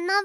の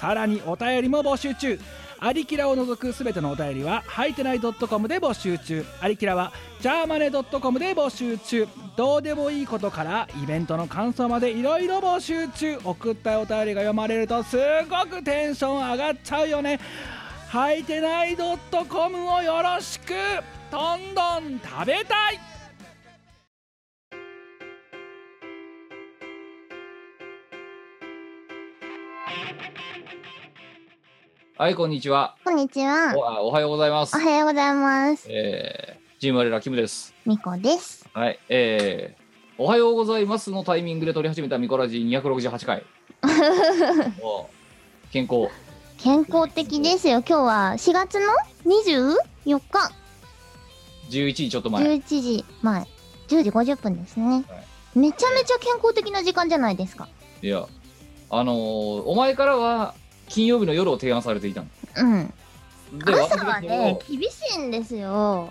さらにお便りも募集中アリキラを除くすべてのお便りは、はいてない .com で募集中。アリキラは、ジャーマネ .com で募集中。どうでもいいことから、イベントの感想までいろいろ募集中。送ったお便りが読まれると、すごくテンション上がっちゃうよね。はいてない .com をよろしくどんどん食べたいはい、こんにちは。こんにちはおあおはようございますお。はようございますえー、ジムアレラキムです。みこですはい、えー、おはようございますのタイミングで撮り始めたミコラジ268回。 もう健康。健康的ですよ今日は4月の24日11時ちょっと前。 11時前10時50分ですね、はめちゃめちゃ健康的な時間じゃないですかいや、あのーお前からは金曜日の夜を提案されていたの。うんで朝は私がねそれを厳しいんですよ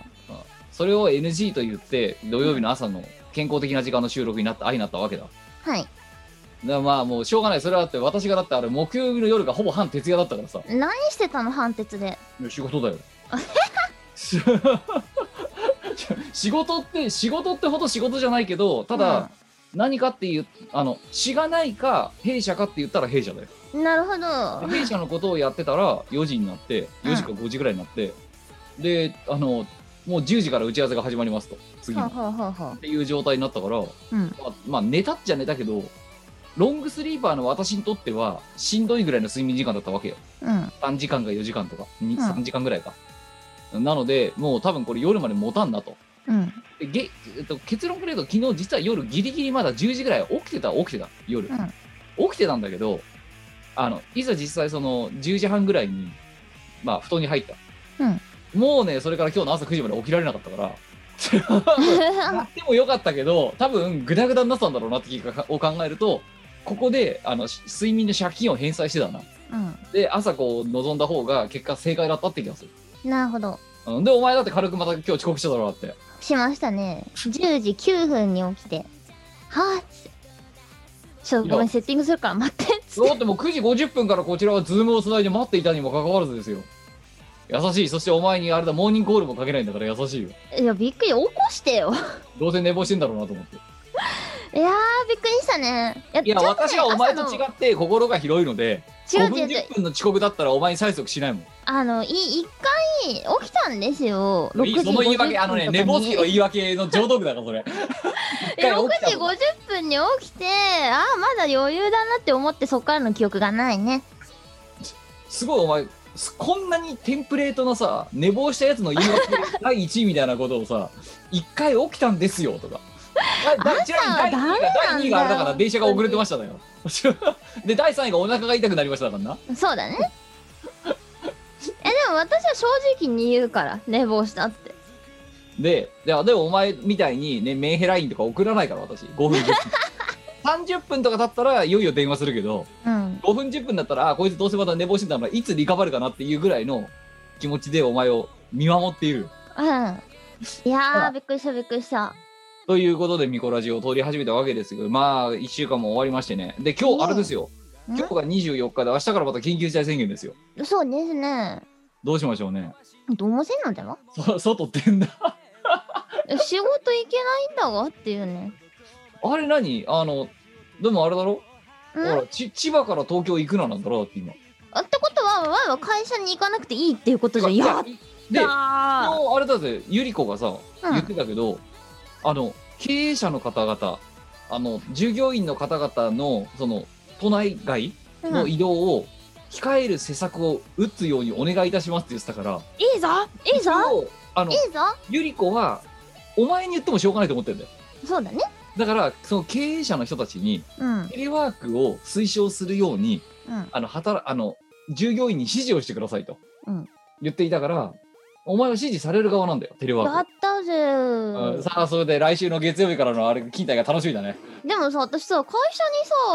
それを NG と言って、土曜日の朝の健康的な時間の収録になった、ありになったわけだ。だかはいらまあもうしょうがない。それはだって私がだってあれ木曜日の夜がほぼ半徹夜だったからさ。何してたの判決でいや仕 事だよし仕事って仕事ってほど仕事じゃないけどただ、何かっていうあのしがないか弊社かって言ったら弊社だようんなるほど弊社のことをやってたら4時になってうん4時か5時ぐらいになって、であのもう10時から打ち合わせが始まりますと次のほうっほうほうほうていう状態になったから、まうんあ、まあ寝たっちゃ寝たけどロングスリーパーの私にとってはしんどいぐらいの睡眠時間だったわけようん3時間か4時間とか、にうん3時間ぐらいか。なので、もう多分これ夜まで持たんなと。うんでげえっと、結論くれると、昨日実は夜ギリギリまだ10時ぐらい起きてた、起きてた、夜。うん起きてたんだけど、あの、いざ実際その10時半ぐらいに、まあ、布団に入った。うんもうね、それから今日の朝9時まで起きられなかったから、やってもよかったけど、多分グダグダになってたんだろうなって気がを考えると、ここで、あの、し睡眠の借金を返済してた な。うで、朝こう、望んだ方が結果正解だったって気がする。んなるほどうん、で、お前だって軽くまた今日遅刻しただろうだって。しましたね10時9分に起きてはぁっつってちょっとごめんセッティングするから待ってっつってだってもう9時50分からこちらはズームをつないで待っていたにもかかわらずですよ。優しい。そしてお前にあれだ、モーニングコールもかけないんだから優しいよ。いやびっくり起こしてよどうせ寝坊してんだろうなと思って。いやーびっくりしたねいやいや、ちょっとね私はお前と違朝って心が広いので、5の分違う違う違う10分の遅刻だったらお前に催促しないもん。あのい一回起きたんですよ6時50分その言い訳、あのね、寝坊時時の言い訳の上道具だから、それ。一回6起きた時50分に起きてああまだ余裕だなって思ってそっからの記憶がないねすごいお前すこんなにテンプレートのさ寝坊したやつの言い訳第1位みたいなことをさ1回起きたんですよとかだだちなみに第2位ダがメなんだよ第2位があれだから電車が遅れてましただよ で第3位がお腹が痛くなりましただからなそう だねえでも私は正直に言うから寝坊したってでいやでもお前みたいにねメンヘラインとか送らないから私5分10分 30分とか経ったらいよいよ電話するけどうん5分10分だったらあこいつどうせまた寝坊してたのいつリカバるかなっていうぐらいの気持ちでお前を見守っているようんいやーびっくりしたびっくりした ということで、ミコラジオを通り始めたわけですけど、まあ、1週間も終わりましてね。で、今うん日、あれですよ。ん今日が24日で、明日からまた緊急事態宣言ですよ。そうですねどうしましょ うね。どうせんのではそ外ってんだ。 え仕事行けないんだわっていうねあれ何あの、でもあれだろうほんら、ち千葉から東京行くななんだろだって今。あってことはわいは会社に行かなくていいっていうことじゃんいややっで、昨た日あれだぜ、ゆり子がさ、うん言ってたけど、あの、経営者の方々、あの、従業員の方々の、その、都内外ー、うのん、い移動を控える施策を打つようにお願いいたしますって言ってたから、いぞいいぞそうあのいいぞゆり子はお前に言ってもしょうがないと思ってるんだよそうだねだからその経営者の人たちにうんうんテレワークを推奨するようにあの働あの従業員に指示をしてくださいとうん言っていたから、お前は指示される側なんだよテレワやーっクたぜうんさあそれで来週の月曜日からのあれ勤怠が楽しみだねでもさ私さ会社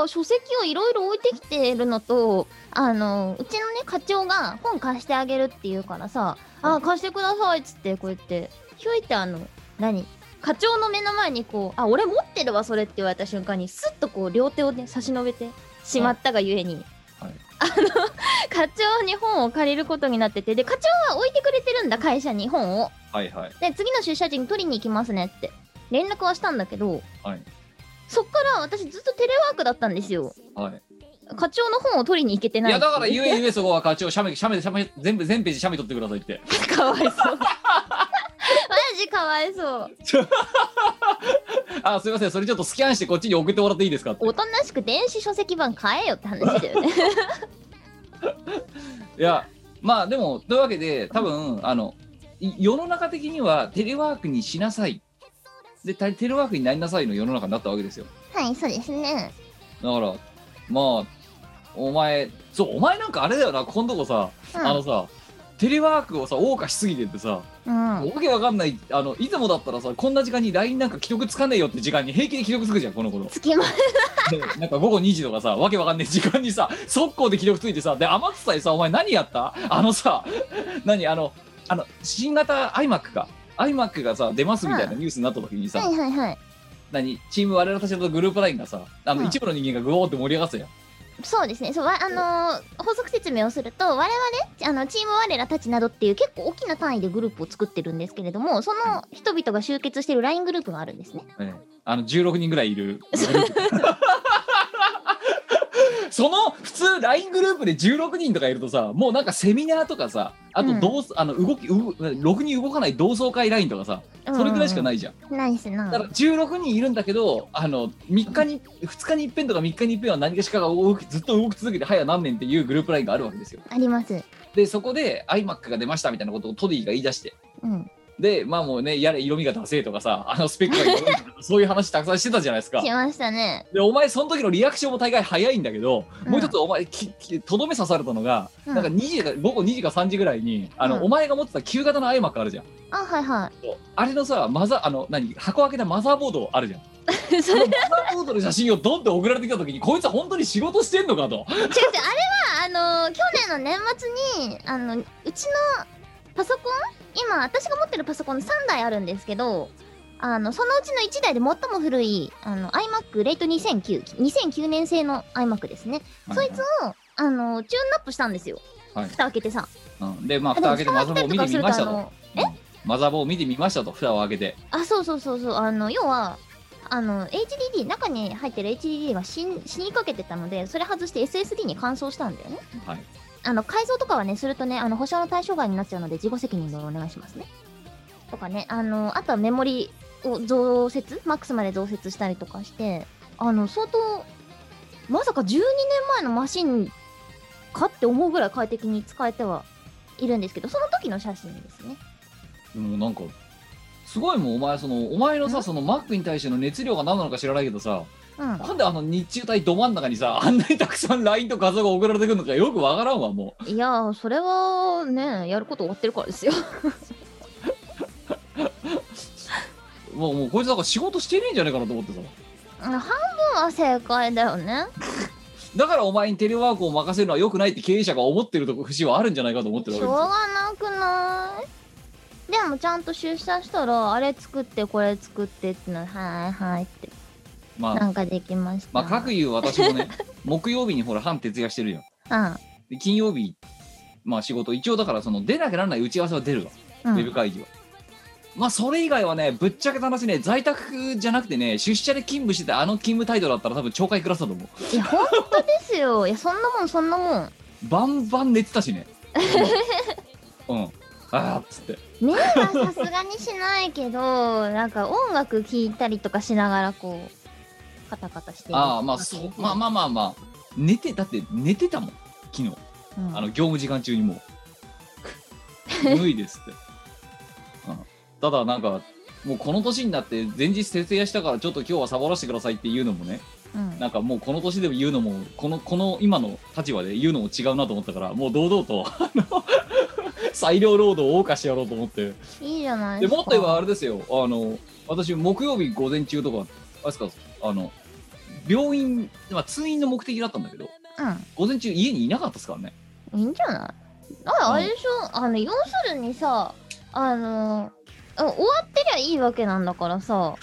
にさ書籍をいろいろ置いてきてるのとあのうちのね課長が本貸してあげるって言うからさ「あ貸してください」っつってこうやってひょいってあの何課長の目の前にこう「あ俺持ってるわそれ」って言われた瞬間にスッとこう両手をね差し伸べてしまったがゆえに、はいあの 課長に本を借りることになっててで課長は置いてくれてるんだ会社に本を。はいはいで次の出社時に取りに行きますねって連絡はしたんだけど、はいそっから私ずっとテレワークだったんですよはい課長の本を取りに行けていないやだからっていゆえゆえそこは課長写メ写メ写メ全部全ページ写メ取ってくださいってう かわいそう マジかわいそうあすいませんそれちょっとスキャンしてこっちに送ってもらっていいですかっておとなしく電子書籍版買えよって話だよ ねいやまあでもというわけで多分あのい世の中的にはテレワークにしなさいでたテレワークになりなさいの世の中になったわけですよはいそうですねだからまあお前そうお前なんかあれだよな今度こさ、うんあのさテレワークをさ謳歌しすぎてってさ、うんわけわかんないあのいつもだったらさこんな時間に LINE なんか既読つかねえよって時間に平気で既読つくじゃんこの頃つきまでなんか午後2時とかさわけわかんない時間にさ速攻で記録ついてさで天草にさお前何やったあのさ何あのあの新型 iMac か iMac がさ出ますみたいなニュースになった時にさ、はいはいはい何チーム我々たちのグループラインがさあの、うん一部の人間がグオーって盛り上がってたやんそうですねそうわあのー補足説明をすると我々あのチーム我らたちなどっていう結構大きな単位でグループを作ってるんですけれどもその人々が集結してる LINE グループがあるんですねええあの16人ぐらい いるグループその普通 LINE グループで16人とかいるとさもうなんかセミナーとかさあと同、うあの動きうろくに動かない同窓会 LINE とかさそれぐらいしかないじゃんないしなだから16人いるんだけどあの3日に2日に一遍とか3日に一遍は何かしかが動きずっと動き続けて早何年っていうグループラインがあるわけですよありますでそこで iMac が出ましたみたいなことをトディが言い出してうんでまあもうねやれ色味がダセえとかさあのスペックがダセえとかそういう話たくさんしてたじゃないですかしましたねでお前その時のリアクションも大概早いんだけど、うんもう一つお前ききとどめ刺されたのが、うんなんか2時か午後2時か3時ぐらいにあの、うんお前が持ってた旧型の iMac あるじゃんあはいはあれのさマザーあの何箱開けたマザーボードあるじゃん いそれ違う違うパスポートの写真をドンって送られてきた時にこいつは本当に仕事してんのかとあれはあの去年の年末にあのうちのパソコン今私が持ってるパソコン3台あるんですけどあのそのうちの1台で最も古いあの iMac レイト2009 2009年製の iMac ですねそいつをあのチューンナップしたんですよ、はい蓋開けてさうんでまあ蓋開けてマザーボードを見てみましたとマザーボードを見てみましたと蓋を開けてあそうそうそうそうあの要はあの HDD 中に入ってる HDD が死ん死にかけてたのでそれ外して SSD に換装したんだよねはいあの改造とかはねするとねあの保証の対象外になっちゃうので自己責任でお願いしますねとかねあのあとはメモリを増設マックスまで増設したりとかしてあの相当まさか12年前のマシンかって思うぐらい快適に使えてはいるんですけどその時の写真ですねもうなんかすごいもうお前そのお前のんさそのマックに対しての熱量が何なのか知らないけどさうんなんであの日中帯ど真ん中にさあんなにたくさん LINE と画像が送られてくるのかよくわからんわもいやーそれはねやること終わってるからですようもうもうこいつなんか仕事してねえんじゃねえかなと思ってさ 半分は正解だよねだからお前にテレワークを任せるのは良くないって経営者が思ってるとこ節はあるんじゃないかと思ってるしわょうけですよがなくないでもちゃんと出社したらあれ作ってこれ作ってってのはいはいってまあなんかできましたまあ、各言う私もね、 木曜日にほら、半徹夜してるよ。で、金曜日、まあ仕事、一応だから、その出なきゃならない打ち合わせは出るわ、うん、ウうェブん、会議は。まあ、それ以外はね、ぶっちゃけた話ね、在宅じゃなくてね、出社で勤務してて、あの勤務態度だったら、多分懲戒クラスだと思う。いや本当ですよいやそんなもんそんなもんバンバン寝てた しね。うん。ああっつって。目はさすがにしないけど なんか音楽聴いたりとかしながらこうカタカタしてるああ、まあ、そうまあまあまあまあ、寝て、だって寝てたもん、昨日。うんあの業務時間中にもう無理ですって、うん、ただなんかもうこの年になって前日徹夜したからちょっと今日はサボらせてくださいっていうのもねうんなんかもうこの年でも言うのもこのこの今の立場で言うのも違うなと思ったからもう堂々とあの 裁量労働を謳歌してやろうと思っていいじゃないでですかもっと言えばあれですよあの私木曜日午前中とかあれですかあの病院、まあ、通院の目的だったんだけど午前中家にいなかったですからねうんいいんじゃないああれでしょ、あの要するにさあのあ終わってりゃいいわけなんだからさ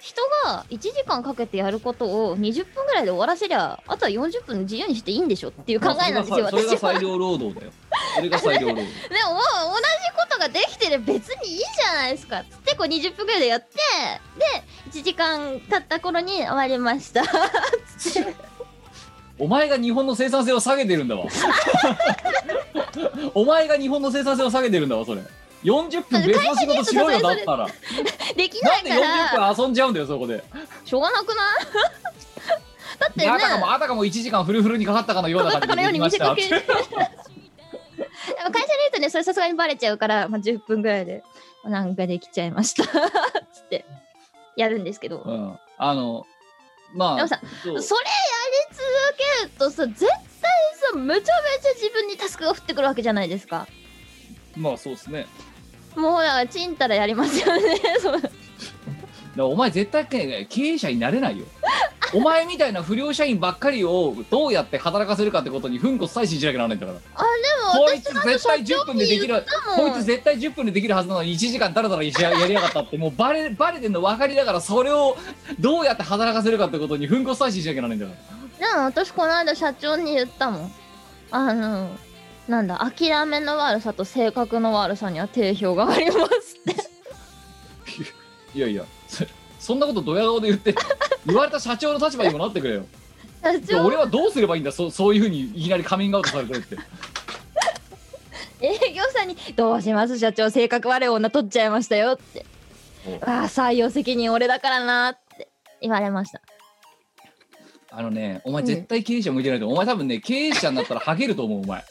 人が1時間かけてやることを20分ぐらいで終わらせりゃあとは40分自由にしていいんでしょっていう考えなんですよまあそれがそれ私がは裁量労働だよそれが裁量労働でももう同じことができてる別にいいじゃないですかつってこう20分ぐらいでやってで1時間経った頃に終わりました お前が日本の生産性を下げてるんだわ お前が日本の生産性を下げてるんだわそれ40分別の仕事しろよだったらできなないんからで40分遊んじゃうんだよそこでしょうがなくない だってでねあたかもあたかも1時間フルフルにかかったかのようかかなっ感たじかでのようでにきま見しせたかけるでも会社にいるとねそれさすがにバレちゃうから、まあ、10分ぐらいでなんかできちゃいましたつってやるんですけど、うんあのまあでもさそうそれやり続けるとさ絶対さめちゃめちゃ自分にタスクが降ってくるわけじゃないですかまあそうですねもうだからちんたらやりますよねそうだからお前絶対け経営者になれないよお前みたいな不良社員ばっかりをどうやって働かせるかってことに奮発再心しなきゃならないんだからあでもこい私つなんか絶対社10長分でにでき言っるたもこんいつ絶対10分でできるはずなのに1時間だらだらやりやがったってもうバレバレてんの分かりながらそれをどうやって働かせるかってことに奮発再心しなきゃならないんだからでも私この間社長に言ったもんあのなんだ諦めの悪さと性格の悪さには定評がありますっていやいやそそんなことドヤ顔で言って 言われた社長の立場にもなってくれよ社で長俺はどうすればいいんだそそういうふうにいきなりカミングアウトされてるって営業さんに「どうします社長性格悪い女取っちゃいましたよ」ってお「わあ採用責任俺だからな」って言われましたあのねお前絶対経営者向いてないと思うお前多分ね経営者になったらハゲると思うお前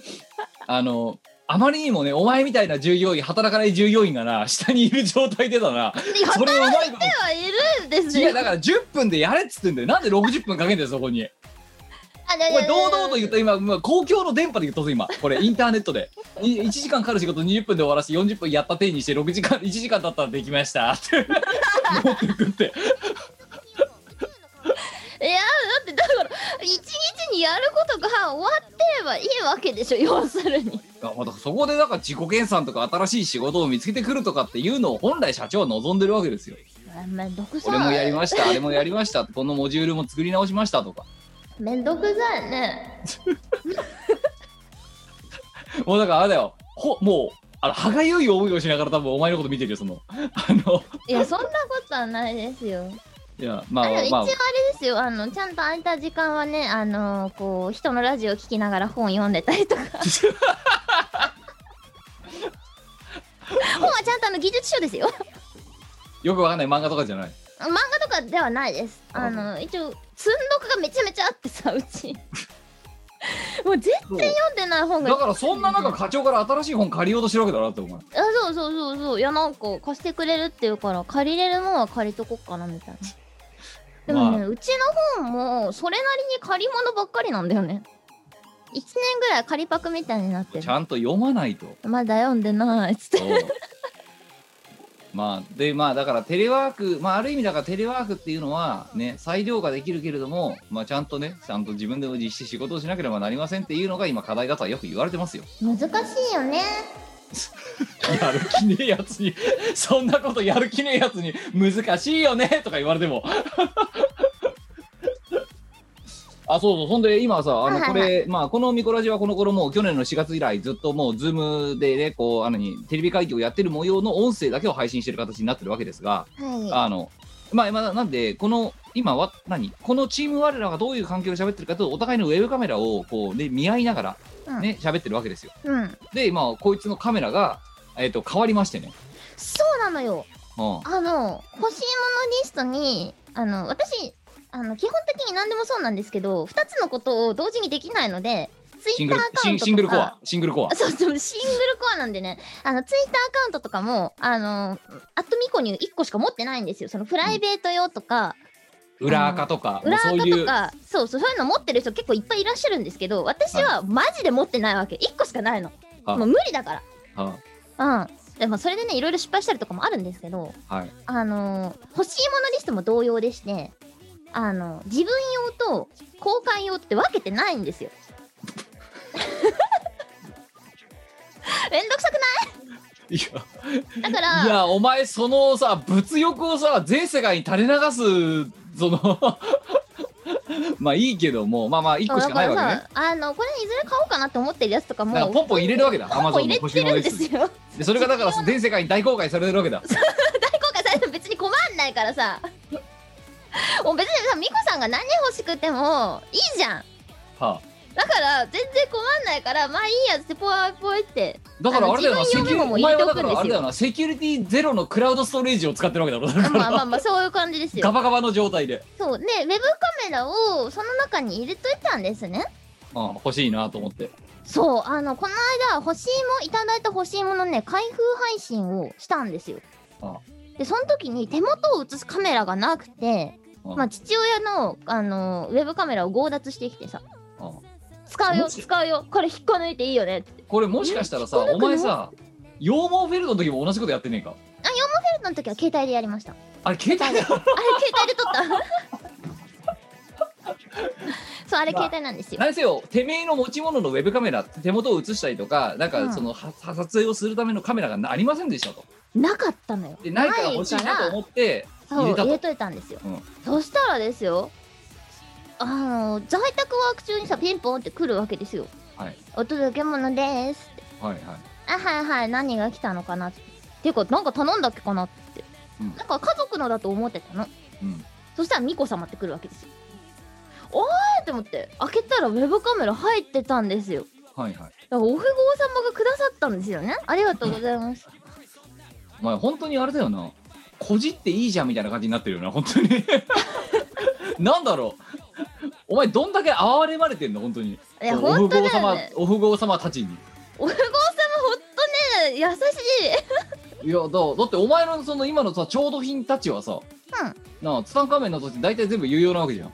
あのあまりにもねお前みたいな従業員働かない従業員がな下にいる状態でだなでそれをうまいこと働いてはいるんです違ようだから10分でやれっつってんだよなんで60分かけんだよそこにあでお前堂々と言った今まあ公共の電波で言ったぞ今これインターネットでい1時間かかる仕事20分で終わらせて40分やった手にして6時間1時間経ったらできましたって持ってくっていやだってだから一日にやることが終わってればいいわけでしょ要するにあまたそこでなんか自己研鑽とか新しい仕事を見つけてくるとかっていうのを本来社長は望んでるわけですよあめんどくさい俺もやりましたあれもやりましたこのモジュールも作り直しましたとかめんどくさいねもうだからあれだよほもうあの歯がゆい思いをしながら多分お前のこと見てるよそのあのいやそんなことはないですよいやまああでも一応まああれですよあのちゃんと空いた時間はねあのこう人のラジオ聞きながら本読んでたり とか本はちゃんとあの技術書ですよよくわかんない漫画とかじゃない漫画とかではないですあの一応積んどくがめちゃめちゃあってさうちもう全然読んでない本がだからそんな中課長から新しい本借りようとしてるわけだなってお前あそうそうそうそういやなんか貸してくれるっていうから借りれるもんは借りとこっかなみたいなでもね、まうちの本もそれなりに借り物ばっかりなんだよね1年ぐらい借りパクみたいになってちるゃんと読まないとまだ読んでないっつ ってまあでまあだからテレワークまあある意味だからテレワークっていうのはね裁量ができるけれどもまあちゃんとねちゃんと自分で実施仕事をしなければなりませんっていうのが今課題だとはよく言われてますよ難しいよねやる気ねえやつにそんなことやる気ねえやつに難しいよねとか言われても あそうそうそんで今さあはいのはいこれ、まあこのミコラジはこの頃もう去年の4月以来ずっともうズームでねこうあのにテレビ会議をやってる模様の音声だけを配信してる形になってるわけですがはあのまあまあなんでこの今は何このチーム我らがどういう環境で喋ってるかというとお互いのウェブカメラをこうね見合いながらね喋、ってるわけですよいうんでまあこいつのカメラがえっ、と変わりましてねそうなのようん、あの欲しいものリストにあの私あの基本的に何でもそうなんですけど2つのことを同時にできないのでツシインッグターアルカシウンントシングとルコかアシングルコアそうそう、シングルコアなんでね、あの、ツイッターアカウントとかも、あの、アットミコに1個しか持ってないんですよ。そのプライベート用とか、裏垢とか、もう裏そう垢いとうかそうそうそういうの持ってる人結構いっぱいいらっしゃるんですけど私はマジで持ってないわけ1個しかないのあもう無理だかはらうんでもそれでねいろいろ失敗したりとかもあるんですけどはいあのー欲しいものリストも同様でしてあの自分用と交換用って分けてないんですよ めんどくさくいないだかやいらやお前そのさ物欲をさ全世界に垂れ流すその まあいいけどもまあまあ一そう個しだかかないらわけさねあのこれいずれ買おうかなと思ってるやつとかもなんかポンポン入れるわけだポンポン入れてるん ですよでそれがだから全世界に大公開されてるわけだ大公開されても別に困んないからさもう別にさミコさんが何欲しくてもいいじゃんはあだから全然困んないからまあいいやつってポワポワ ってだからあれだよあなのセ自キ分用メュモリもお入れ前てはおだくんですかよらあれだよなセキュリティゼロのクラウドストレージを使ってるわけだろだからまあまあまあそういう感じですガよバガバの状態で、そうねウェブカメラをその中に入れといたんですねうん、欲しいなと思ってそうあのこの間欲しいもいただいた欲しいものね開封配信をしたんですよあでその時に手元を映すカメラがなくてうんまあ父親のあのウェブカメラを強奪してきてさうん使うよマジ使うよこれ引っこ抜いていいよねってこれもしかしたらさえ聞こえなおくない前さ羊毛フェルトの時も同じことやってねえかペルトの時は携帯でやりま したああれ携帯だれ携帯で撮ったそうあれ携帯なんですよ、何せよてめえの持ち物のウェブカメラ手元を映したりとかなんうかんその、は撮影をするためのカメラがなありませんでしたとなかったのよでないから欲しいないかならと思ってそう入入れたれとといたんですよ、うんそしたらですよあの在宅ワーク中にさピンポンって来るわけですよはいお届け物ですってはいはいあはいはい何が来たのかなってていうかなんか頼んだっけかなって、うんなんか家族のだと思ってたのうんそしたら巫女様って来るわけですよおーいと思って開けたらウェブカメラ入ってたんですよはいはいだからお富豪様がくださったんですよねありがとうございますお前本当にあれだよなこじっていいじゃんみたいな感じになってるよな本 当になんだろうお前どんだけ哀れまれてんの本当にいやお本富当豪だよ様ねお富豪様たちにお富豪様ほんとね優しいいやだだってお前のその今のさ調度品たちはさ、なあツタンカーメンの時大体全部有用なわけじゃん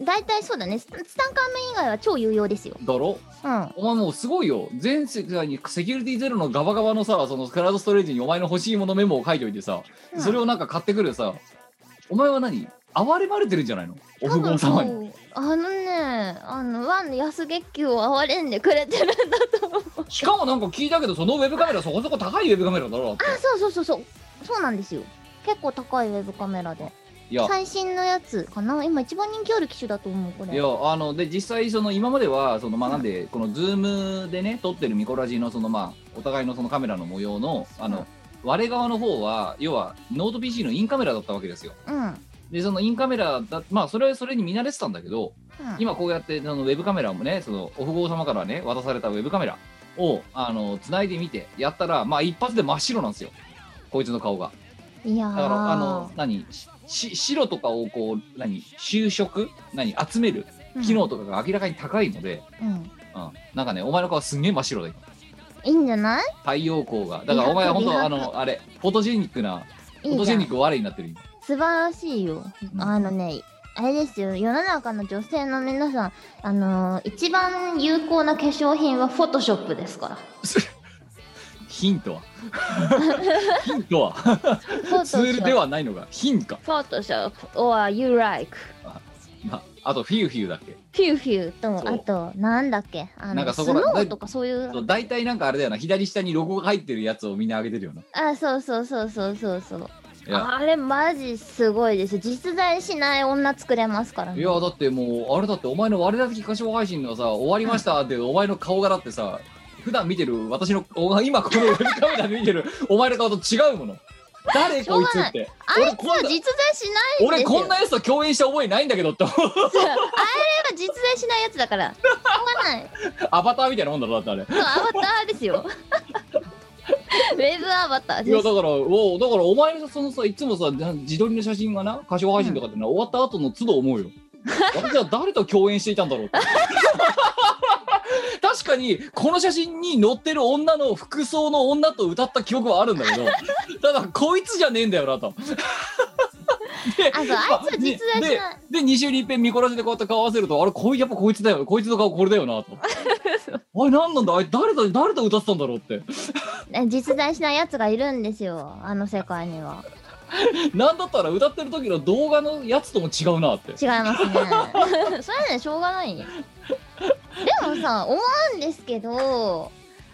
大体そうだねツタツタンカーメン以外は超有用ですよだろうんお前もうすごいよ全世界にセキュリティゼロのガバガバのさそのクラウドストレージにお前の欲しいものメモを書いておいてさ、うんそれをなんか買ってくるさお前は何哀れまれてるんじゃないのお富豪様に多分そうあのねあのワンの安月給を憐れんでくれてるんだと思うしかもなんか聞いたけどそのウェブカメラそこそこ高いウェブカメラだろだってあそうそうそうそうそうなんですよ結構高いウェブカメラでいや最新のやつかな今一番人気ある機種だと思うこいれやあので実際その今まではそのまあなんでこのズームでね撮ってるミコラジのそのまあお互いのそのカメラの模様のあうんの我側の方は要はノート PC のインカメラだったわけですよ。うん、うん、でそのインカメラだまあそれはそれに見慣れてたんだけど今こうやってそのウェブカメラもねそのお富豪様からね渡されたウェブカメラをあの繋いでみてやったらまあ一発で真っ白なんですよこいつの顔が。いやーだからあの何しし白とかをこう何就職何集める機能とかが明らかに高いので、うん、うんうん、なんかねお前の顔すんげえ真っ白だよいいんじゃない太陽光がだからお前は本美当あ白のあれフォトジェニックないフいォトじジゃェんニック悪いになってる今素晴らしいよう。んあのね、あれですよ、世の中の女性の皆さん、あのー一番有効な化粧品はフォトショップですから。ヒ ントはヒントはフォトシツョーッルプ。ではないのがヒンか、フォトショップ、or you like。まあ、あとフィューフィューだっけフューフューと、そうあと、なんだっけ、あの、なんかそスこノらーとかそういう。そう大体なんかあれだよな左下にロゴが入ってるやつをみんな上げてるよなあ、そうそうそうそうそうそう。いやあれ、マジすごいです。実在しない女作れますからいね。やだってもうあれだってお前の我だけ歌唱配信のさ終わりましたってお前の顔がだってさ普段見てる私のお前今このウェブカメラで見てるお前の顔と違うもの誰しょこういがつないってあ俺いつこんはな実在しないんです俺よ。こんなやつと共演した覚えないんだけどってそうあれは実在しないやつだから。しょうがない。アバターみたいなもんだろだってあれそうアバターですよ。ウェブアバターいやでだす。からおだからお前のさそのさいつもさな自撮りの写真がな歌唱配信とかってな、終わった後の都度思 うよ私は誰と 共演していたんだろうって確かにこの写真に載ってる女の服装の女と歌った記憶はあるんだけどただこいつじゃねえんだよなとであ、そう、あいつは実在しない。で、2週に一遍見こらせてこうやって顔合わせると、あれ、こいやっぱこいつだよ、こいつの顔これだよな、 と。あれ、なんなんだ、あれ、誰だ、誰と歌ってたんだろうって。え実在しないやつがいるんですよ、あの世界には。なんだったら歌ってる時の動画のやつとも違うなって。違い ますね。それはね、しょうがない。でもさ、思うんですけど、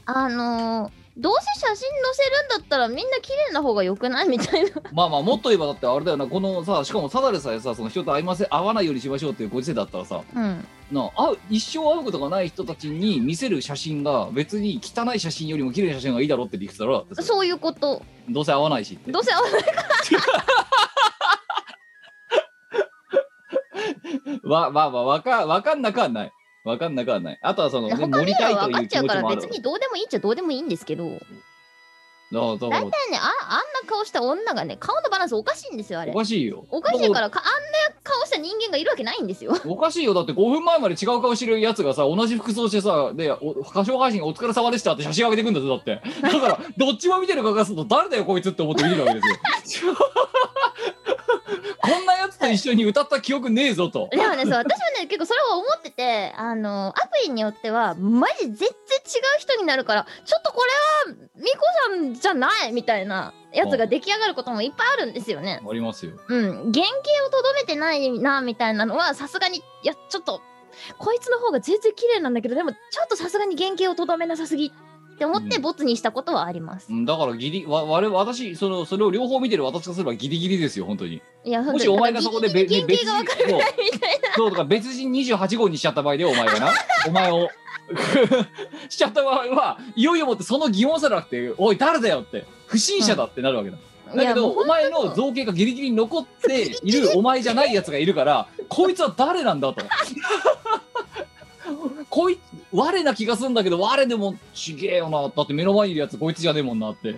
あの、どうせ写真載せるんだったらみんな綺麗な方が良くないみたいな。まあまあ、もっと言えばだってあれだよな、このさ、しかもサダルさえさ、その人と会いません、会わないようにしましょうっていうご時世だったらさ、うん。なあ会う一生会うことがない人たちに見せる写真が別に汚い写真よりも綺麗な写真がいいだろうって理屈だろだってそういうこと。どうせ会わないしってどうせ合わない。わまあまあわかわかんなくはないわかんなくはないあとはその、他ね、の乗り人たいはと分かいっうち気ゃう持かちらもある別にどうでもいいっちゃどうでもいいんですけど、だだからね、ああんな顔した女がね、顔のバランスおかしいんですよ、あれお。かしいよおかしいからか、あんな顔した人間がいるわけないんです よ。おかしいよだって5分前まで違う顔してるやつがさ同じ服装してさでお歌唱配信お疲れ様でしたって写真上げてくんだぜだってだからどっちも見てる側からすると誰だよこいつって思って見てるわけですよ こんなやつと一緒に歌った記憶ねえぞとでもね、そう、私はね、結構それは思ってて、あの、アプリによっては、マジ全然違う人になるから、ちょっとこれは、ミコさんじゃないみたいなやつが出来上がることもいっぱいあるんですよね。ありますようん、原型をとどめてないな、みたいなのは、さすがに、いや、ちょっと、こいつの方が全然綺麗なんだけど、でも、ちょっとさすがに原型をとどめなさすぎって思って、うんボツにしたことはありますう。んだからギリわ我々私そのそれを両方見てる私からすればギリギリですよ本当にいや、もしお前がそこで別にべね原別型がわからな人そういみたいな。そうとか別人28号にしちゃった場合でお前が なお前を しちゃった場合はいよいよもってその疑問さなくておい誰だよって不審者だってなるわけだ、だいけやどもうお前の造形がギリギリに残っているお前じゃないやつがいるからこいつは誰なんだと こい我な気がするんだけど我でもちげえよなだって目の前にいるやつこいつじゃねえもんなって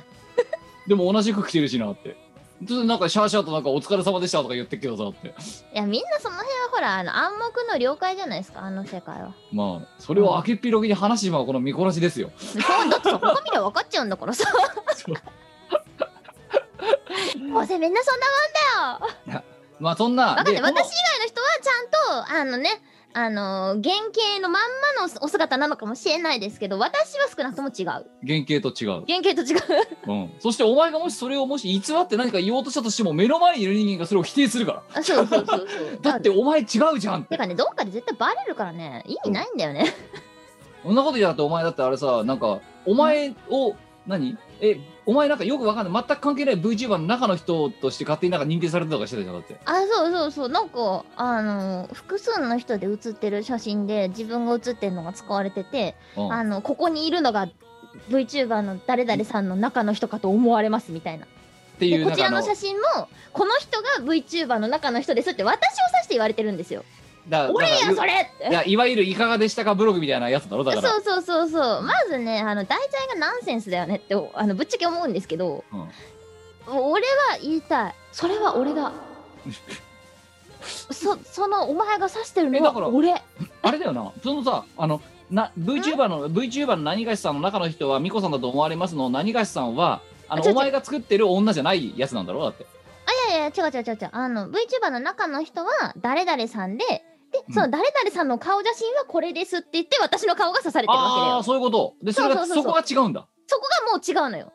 でも同じ服着てるしなってちょっとなんかシャーシャーとなんかお疲れ様でしたとか言ってっけどさっていやみんなその辺はほらあの暗黙の了解じゃないですかあの世界は。まあそれを明けっぴろげに話してしまうこの見こなしですよそうだってさ他見りゃ分かっちゃうんだからさ。そうどうせみんなそんなもんだよ。まあそんな分かんなでいこの私以外の人はちゃんとあのねあの原型のまんまのお姿なのかもしれないですけど私は少なくとも違う原原型と違う型と違ううん、そしてお前がもしそれをもし偽って何か言おうとしたとしても目の前にいる人間がそれを否定するからあ そうそうそう そうだってあお前違うじゃんっててかねどっかで絶対バレるからね意味ないんだよねそんなこと言ったってお前だってあれさなんかお前を何えお前なんかよくわかんない全く関係ない VTuber の中の人として勝手になんか認定されたとかしてたじゃんだってあそうそうそうなんかあの複数の人で写ってる写真で自分が写ってるのが使われててうんあのここにいるのが VTuber の誰々さんの中の人かと思われますみたいな。っていでうこなんちからあの写真もこの人が VTuber の中の人ですって私を指して言われてるんですよ。だ俺だからやそれっていやいわゆるいかがでしたかブログみたいなやつだろだからそうそうそうそうまずねあの題材がナンセンスだよねってあのぶっちゃけ思うんですけど、うん俺は言いたいそれは俺だそそのお前が指してるのえだからは俺あれだよな、そのさ、あの、な、VTuber の、VTuber の何がしさんの中の人は、ミコさんだと思われますの、何がしさんは、あの、あ違う違おう前が作ってる女じゃないやつなんだろうだって。いやいや違う違う違う違うあの VTuber の中の人は誰々さんででうんその誰々さんの顔写真はこれですって言って私の顔が刺されてるわけだああー、よそういうこと。で、それが、そうそうそそこうが違うんだ。そこがもう違うのよ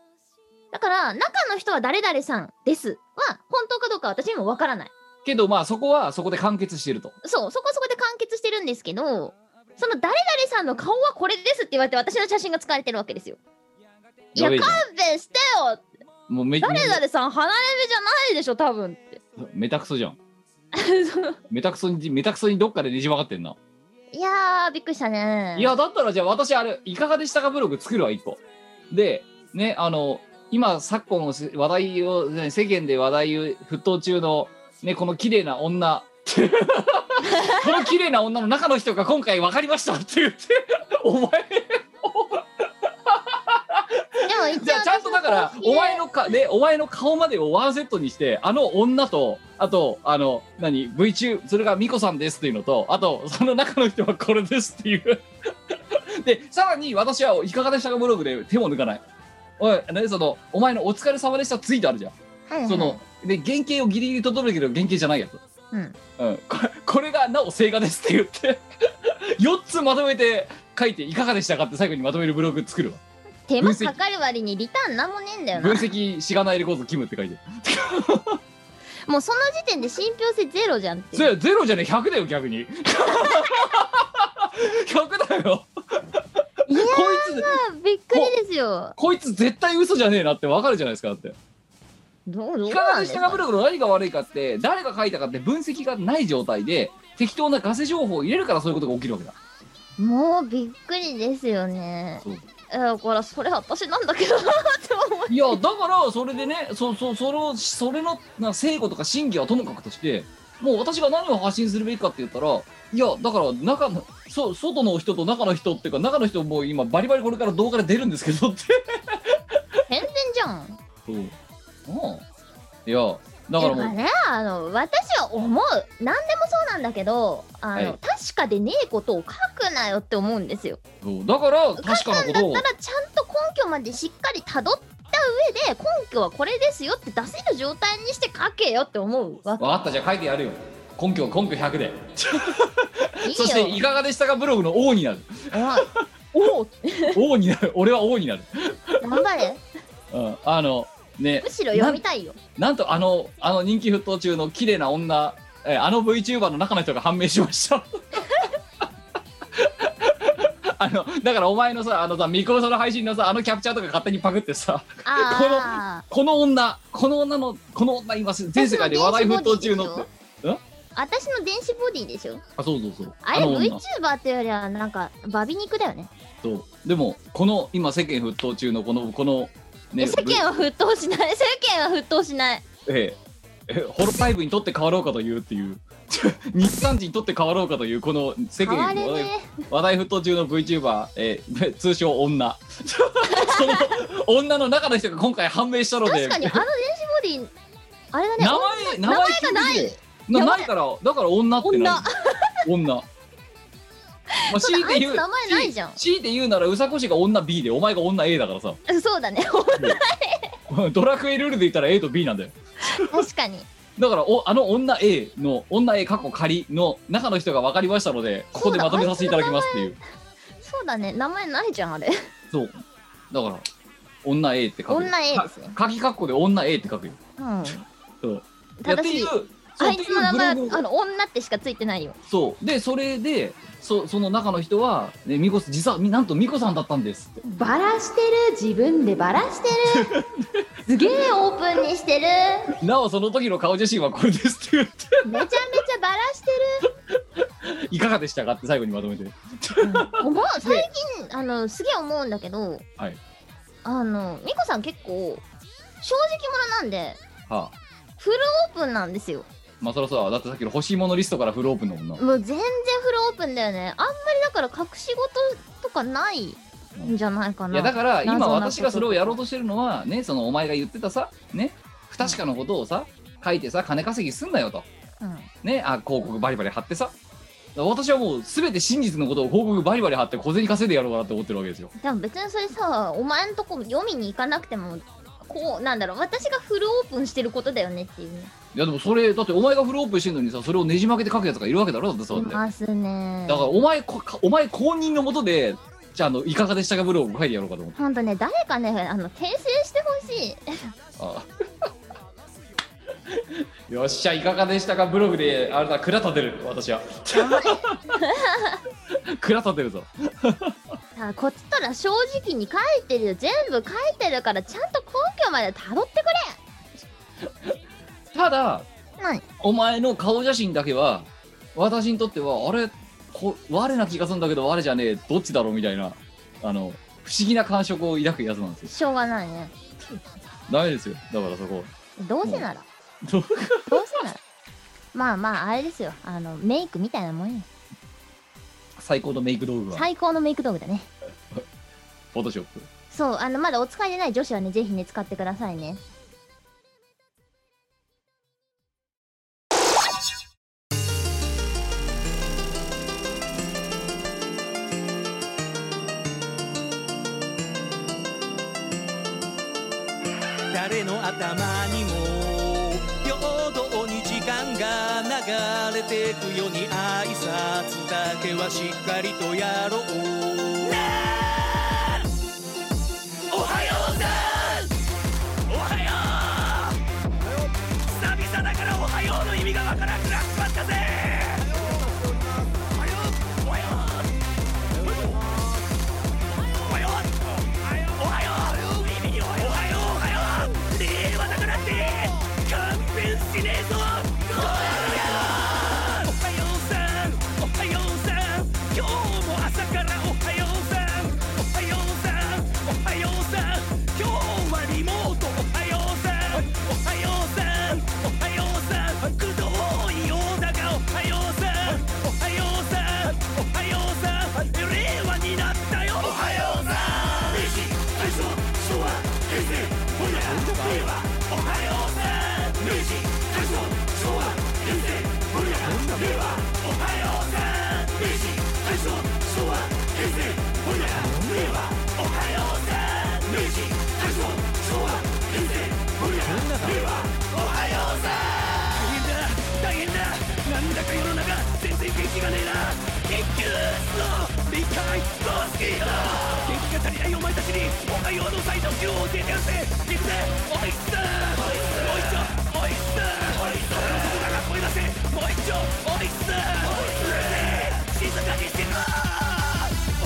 だから中の人は誰々さんですは本当かどうか私にもわからないけど、まあ、そこは、そこで完結してると。そうそこはそこで完結してるんですけどその誰々さんの顔はこれですって言われて私の写真が使われてるわけですよいやべえ勘じゃん弁してよもうめ、誰々さん離れ目じゃないでしょ多分ってめたくそじゃん。そのめたくそに、めたくそにどっかでねじ曲がってんな。いやーびっくりしたねいや、だったら、じゃあ、私、あれ、いかがでしたかブログ作るわ、一個。で、ね、あの、今、昨今、話題を、ね世間で話題を沸騰中の、ね、この綺麗な 女。この綺麗な女の中の人が今回分かりましたって言って、お前、でも一応 じゃあちゃん とだから私、の公お式で前のか、ね、お前の顔までをワンセットにして、あの女と、あと、あの、何、V 中、それがミコさんですっていうのと、あと、その中の人はこれですっていう。 で、さらに私はいかがでしたかブログで手も抜かない。おい、ね、その、お前のお疲れ様でしたツイートあるじゃん。はいはいその、で、原型をギリギリとどめるけど、原型じゃないやつ。うんうん、これこれがなお正画ですって言って 4つまとめて書いていかがでしたかって最後にまとめるブログ作るわ手間かかる割にリターンなんもねえんだよ分な析しがないレコードキムって書いてもうその時点で信憑性ゼロじゃんっていうそれゼロじゃねえ100だよ逆に 100だよこいいやつーびっくりですよこいつ絶対嘘じゃねえなってわかるじゃないですかだってどうどう比なん較ですしたがかブログの何が悪いかって誰が書いたかって分析がない状態で適当なガセ情報を入れるからそういうことが起きるわけだもうびっくりですよねそうえだからそれ私なんだけどなって思ういやだからそれでねそそそのそれのな正誤とか真偽はともかくとしてもう私が何を発信するべきかって言ったらいやだから中のそ外の人と中の人っていうか中の人もう今バリバリこれから動画で出るんですけどって変然じゃんそうああいやだからでももうねあの私は思う何でもそうなんだけどあの、はい確かでねえことを書くなよって思うんですよそうだから確かなことをだからちゃんと根拠までしっかりたどった上で根拠はこれですよって出せる状態にして書けよって思うわ分かったじゃあ書いてやるよ根拠根拠100でいいよそしていかがでしたかブログの王になるおお王になる俺は王になる、頑張 れうん、あのねむしろ読みたいよなんとあのあの人気沸騰中の綺麗な女、えーあの VTuber の中の人が判明しました あのだからお前のさあのさミコロさんの配信のさあのキャプチャーとか勝手にパクってさああこの女この女のこの女今全世界で話題沸騰中のって私の電子ボディでしょあそうそうそうあれの女 VTuber っていうよりはなんかバビ肉だよねそうでもこの今世間沸騰中のこのこのね世間は沸騰しない世間は沸騰しないえええホロファイブにとって変わろうかというっていう 日産人にとって変わろうかというこの世変わ間れのね話題沸騰中の VTuber、え ー通称女その女の中の人が今回判明したので確かにあの電子ボディあれだね名前名前名前がない聞いてみてやばないないからだから女ってなる女まあ、強いて言うだあいつ名前ないじゃん強いて言うならうさこしが女 B でお前が女 A だからさ そうだねドラクエルールで言ったら A と B なんだよ確かにだからおあの女 A の女 A 過去仮の中の人が分かりましたのでここでまとめさせていただきますっていうそうだね名前ないじゃんあれそうだから女 A って書くよ女 A ですねかきかっこで女 A って書くよ。うんそういやっ正てしいいうそうあっいていつの名前うブログはあの女ってしかついてないよそうでそれでそその中の人は、ね、みこ実はみなんとみこさんだったんですってバラしてる自分でバラして るすげえオープンにしてるなおその時の顔写真はこれですって言っめちゃめちゃバラしてて いかがでしたかって最後にまとめてる思う最近あのすげえ思うんだけど、はいあのミコさん結構正直者なんではあフルオープンなんですよまあそろそろだってさっきの欲しいものリストからフルオープンのもんなもう全然フルオープンだよねあんまりだから隠し事とかないんじゃないかないやだから謎今な私がそれをやろうとしてるのはねそのお前が言ってたさね不確かなことをさ書いてさ金稼ぎすんなよとうんねあ広告バリバリ貼ってさ私はもう全て真実のことを広告バリバリ貼って小銭稼いでやろうかなって思ってるわけですよでも別にそれさお前んとこ読みに行かなくてもこうなんだろう私がフルオープンしてることだよねっていうねいやでもそれだってお前がフルオープンしてるのにさそれをねじ曲げて書くやつがいるわけだろだってそういだってだかますねらお前こお前公認のもとでじゃああのいかがでしたかブログ書いてやろうかと思ってほんとね誰かねあの訂正してほしいああ よっしゃいかがでしたかブログであれだ蔵立てる私は 蔵立てるぞさあこっちとら正直に書いてるよ全部書いてるからちゃんと根拠までたどってくただれないお前の顔写真だけは私にとってはあれこ我な気がするんだけど我じゃねえどっちだろうみたいなあの不思議な感触を抱くやつなんですよしょうがないねダメですよだからそこどうせならどうどうせならまあまああれですよあのメイクみたいなもんよ最高のメイク道具は最高のメイク道具だねフォトショップそうあのまだお使いでない女子はねぜひね使ってくださいね「誰の頭にも平等に時間が流れてくように挨拶だけはしっかりとやろうおはようさんおはよう久々だからおはようの意味がわからなくなっちまったぜおはようおはようおはようおはようおはようおはようおはよう令和だからって勘弁しねえぞこの野郎おはようさんおはようさん今日も朝からおはようさんおはようさんおはようさん今日はリモートおはようさんおはようさんおはようさんくどいようだがおはようさんおはようさんおはようさん令和になったよおはようさん明治大正昭和平成ほら令和おはようさん明治大正昭和平成ほら令和おはようさん明治大正昭和平成ほら令和おはようさん明治大正昭和平成ほら令和おはようさん大変だ大変だなんだか世の中全然元気がねえな研究室の理解どうすぎだ元気が足りないお前たちにおはようの最上級を教えてやるぜ行くぜおいっすおいっすおいっすおいっすこの底から声出せもう一丁おいっすうるせえ静かにしてろお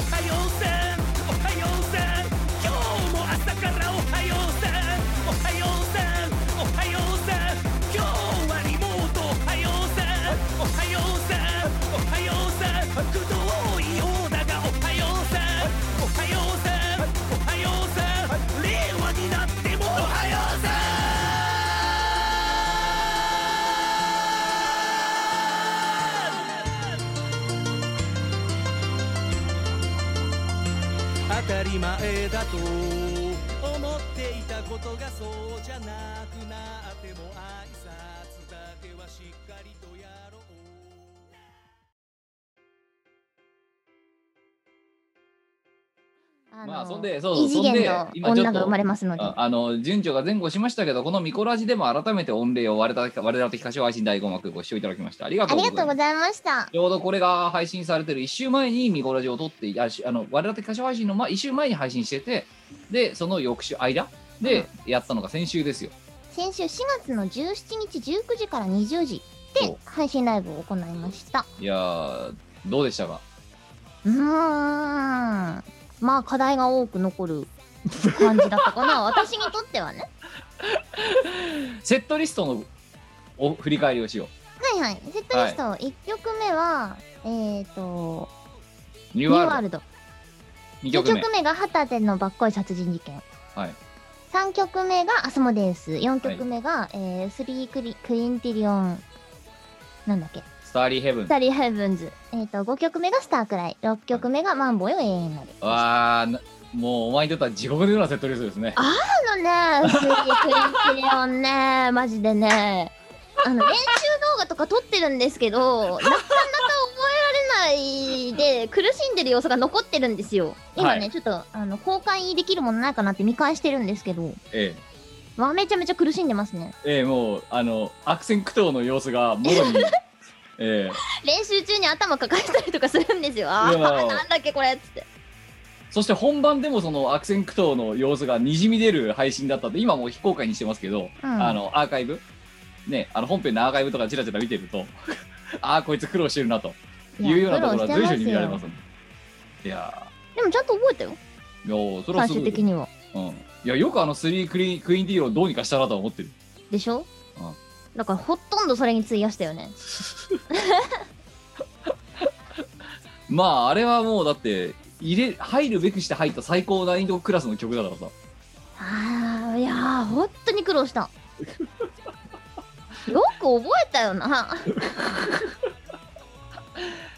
はようさんおはようさん今日も朝からおはようさんおはようさんおはようさん今日はリモートおはようさんおはようさんおはようさんくどいようだがおはようさんおはようさんおはようさん令和になってもおはようさん当たり前だと思っていたことがそうじゃなくなっても挨拶だけはしっかりとやろうあまあそんでそうそう異次元そんので今ちょっと女が生まれますのであ。あの順序が前後しましたけどこのミコラジでも改めて御礼を我ら我ら的歌唱配信第5幕ご視聴いただきましたありがとあうごりざがいまとうすございました。ちょうどこれが配信されてる1週前にミコラジを撮っていあしあの我ら的歌唱配信の1週前に配信しててでその翌週間でやったのが先週ですよ先週4月の17日19時から20時でお配信ライブを行いました。いやーどうでしたかうーん。まあ課題が多く残る感じだったか な。私にとってはね。セットリストのお振り返りをしよはいはい。セットリスト1曲目は、えっ、ー、と、うニニュューーワワーールルド。ド2 2曲曲目目が旗手のばっこい殺人事件。はい3曲目がアスモデウス。4曲目が、えー、スリークリクインティリオン。なんだっけスターリーヘブンスタリーヘブンズ。えっ、と、5曲目がスタークライ。6曲目がマンボウよ永遠まで。わーなもうお前にとっては地獄のようなセットリストですねあのね、スリークインティリオンね、マジでね。あの、練習動画とか撮ってるんですけど、なかなか覚えられないで、苦しんでる要素が残ってるんですよ。今ね、はちょっと、あの、公開できるものないかなって見返してるんですけど、えまあ、めちゃめちゃ苦しんでますね。えええもうあの悪戦苦闘の様子がもろ にええ練習中に頭抱えたりとかするんですよ。ああ、いやなんだっけこれっつって。そして本番でもその悪戦苦闘の様子がにじみ出る配信だったんで今もう非公開にしてますけど、うんあのアーカイブねあの本編のアーカイブとかちらちら見てると ああこいつ苦労してるなといいやうようなところ苦は労してますよ随所に見られますんでいやでもちゃんと覚えたよ、ーいやーそれは最す終ごいよ的には。うん、いやよくあの3クリーンクイーンディーをどうにかしたなとは思ってるでしょうんだからほとんどそれに費やしたよね。まああれはもうだって入れ入るべくして入った最高難易度クラスの曲だからさああ、いやー、本当に苦労した。 よく覚えたよな。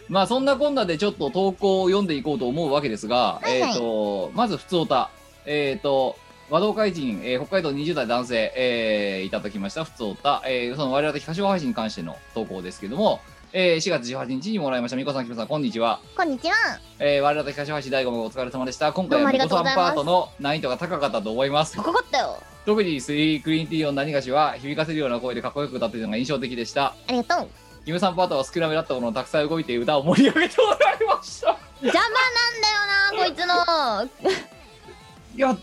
まあそんなこんなでちょっと投稿を読んでいこうと思うわけですが、はいはいえっ、とまず普通歌えっ、と和道会人、えー北海道20代男性、えーいただきました普通歌、えーその我々的歌唱配信に関しての投稿ですけども、えー4月18日にもらいましたみこさんきむさんこんにちは、こんにちは。えー我々的歌唱配信第5号お疲れ様でした今回どうもはありみがとこうさんございますパートの難易度が高かったと思います高かったよ。特にスリークリーンティーの何がしは響かせるような声でかっこよく歌っているのが印象的でした。ありがとうキムさんパートは少なめだったものをたくさん動いて歌を盛り上げてもらいました。邪魔なんだよ なこいつのいや、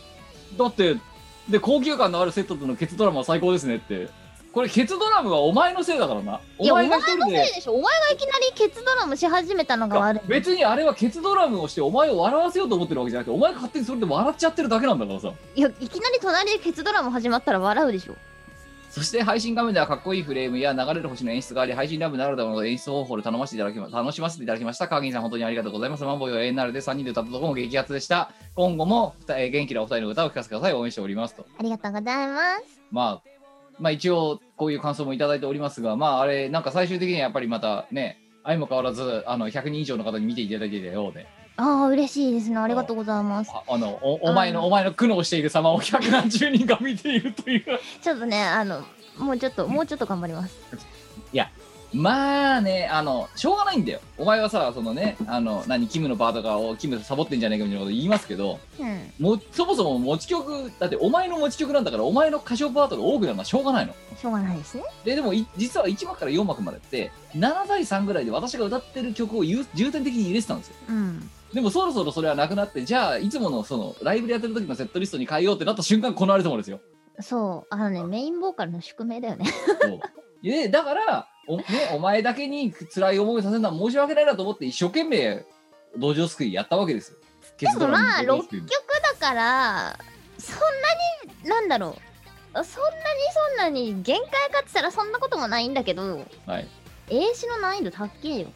だって、で、高級感のあるセットとのケツドラムは最高ですねって。これケツドラムはお前のせいだからな。いおやお前前がのせい一人で。でしょお前がいきなりケツドラムし始めたのが悪い別にあれはケツドラムをしてお前を笑わせようと思ってるわけじゃなくてお前が勝手にそれで笑っちゃってるだけなんだからさいやいきなり隣でケツドラム始まったら笑うでしょそして配信画面ではかっこいいフレームや流れる星の演出があり配信ライブならではの演出方法で頼ませていただきま楽しませていただきましたカーギンさん本当にありがとうございますマンボイは ANR で3人で歌ったところも激アツでした今後もふたえー元気なお二人の歌を聴かせてください応援しておりますとありがとうございますまあ、まあ一応こういう感想もいただいておりますが、まああれ、なんか最終的にはやっぱりまたね、相も変わらず、あの、100人以上の方に見ていただいていたようで、ああ嬉しいですねありがとうございますああのお、お前あの、ーお前の苦悩している様を100何十人が見ているという。ちょっとねあのもうちょっともうちょっと頑張りますまあね、あの、しょうがないんだよ。お前はさ、そのね、あの、何、キムのパートかを、キムサボってんじゃねえかみたいなこと言いますけど、うんもう、そもそも持ち曲、だってお前の持ち曲なんだから、お前の歌唱パートが多くなるのはしょうがないの。しょうがないですねででもい実は1幕から4幕までって7対3ぐらいで私が歌ってる曲を優重点的に入れてたんですようんでもそろそろそれはなくなってじゃあいつものそのライブでやってる時のセットリストに変えようってなった瞬間このあれともですよそうあのねメインボーカルの宿命だよねそうでだからお,、ね、お前だけに辛い思いさせるのは申し訳ないなと思って一生懸命道場すくいやったわけですよででもまあ6曲だからそんなになんだろうそんなにそんなに限界かっつったらそんなこともないんだけどはい英詞の難易度高えよ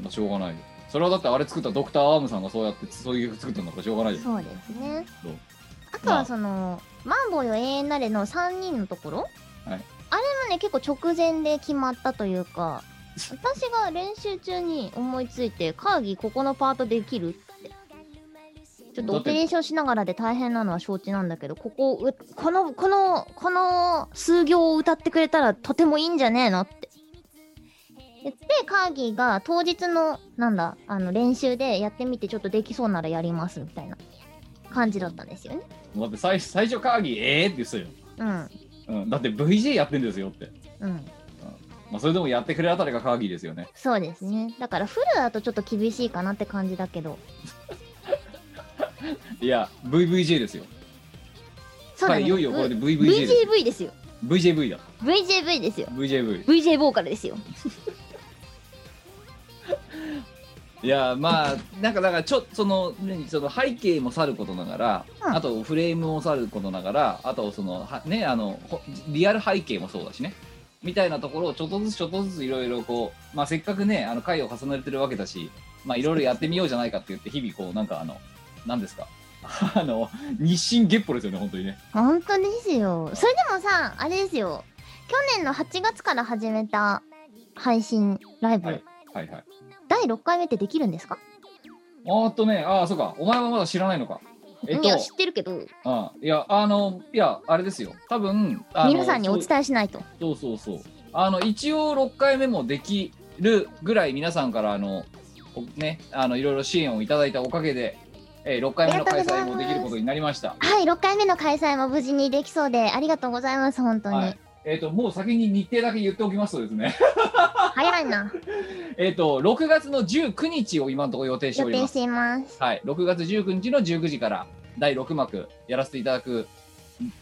まあしょうがないよそれはだってあれ作ったドクターアームさんがそうやってそういう曲作ったんだからしょうがないよそうですねそうあとはその、マンボウよ永遠なれの3人のところ、はいあれもね結構直前で決まったというか私が練習中に思いついてカーギーここのパートできるってちょっとだオってペレーションしながらで大変なのは承知なんだけどここうこのこのこの数行を歌ってくれたらとてもいいんじゃねえのって言ってカーギーが当日のなんだあの練習でやってみてちょっとできそうならやりますみたいな感じだったんですよねだって最最初カーギーええって言ってたよ、うんうん、だって VJ やってんですよってうん、まあ、それでもやってくれるあたりがカーギーですよね。そうですね。だからフルだとちょっと厳しいかなって感じだけど、いや、VVJ ですよ。そうだね。はい、いよいよこれでうん VVJ です。 VJV ですよ。 VJV だ。 VJV ですよ。 VJV。 VJ ボーカルですよ。いや、まあ、なんか、だから、ちょ、その、何その背景もさることながら、うんあとフレームもさることながら、あと、その、はね、あの、ほリアル背景もそうだしね。みたいなところをちょっとずつちょっとずついろいろこう、まあせっかくね、あの回を重ねてるわけだし、まあいろいろやってみようじゃないかって言って、日々こう、なんかあの、なんですか、 あの、日進月歩ですよね、本当にね。本当ですよ。それでもさ、あれですよ。去年の8月から始めた配信ライブ、はいはいはい。第6回目ってできるんですか、あーっとね、ああ、そうか、お前はまだ知らないのか。えっと、いや、知ってるけど、うん、いや、あの、いや、あれですよ、多分あの皆さんにお伝えしないと。そうそうそうそう、あの、一応6回目もできるぐらい、皆さんから、あの、おね、あの、いろいろ支援をいただいたおかげで、えー、6回目の開催もできることになりました。はい、6回目の開催も無事にできそうで、ありがとうございます、本当に。はいえっ、と、もう先に日程だけ言っておきますとですね、 早いな。えっと、6月の19日を今のところ予定して予おりま定すし。ています。はい、6月19日の19時から第6幕やらせていただく、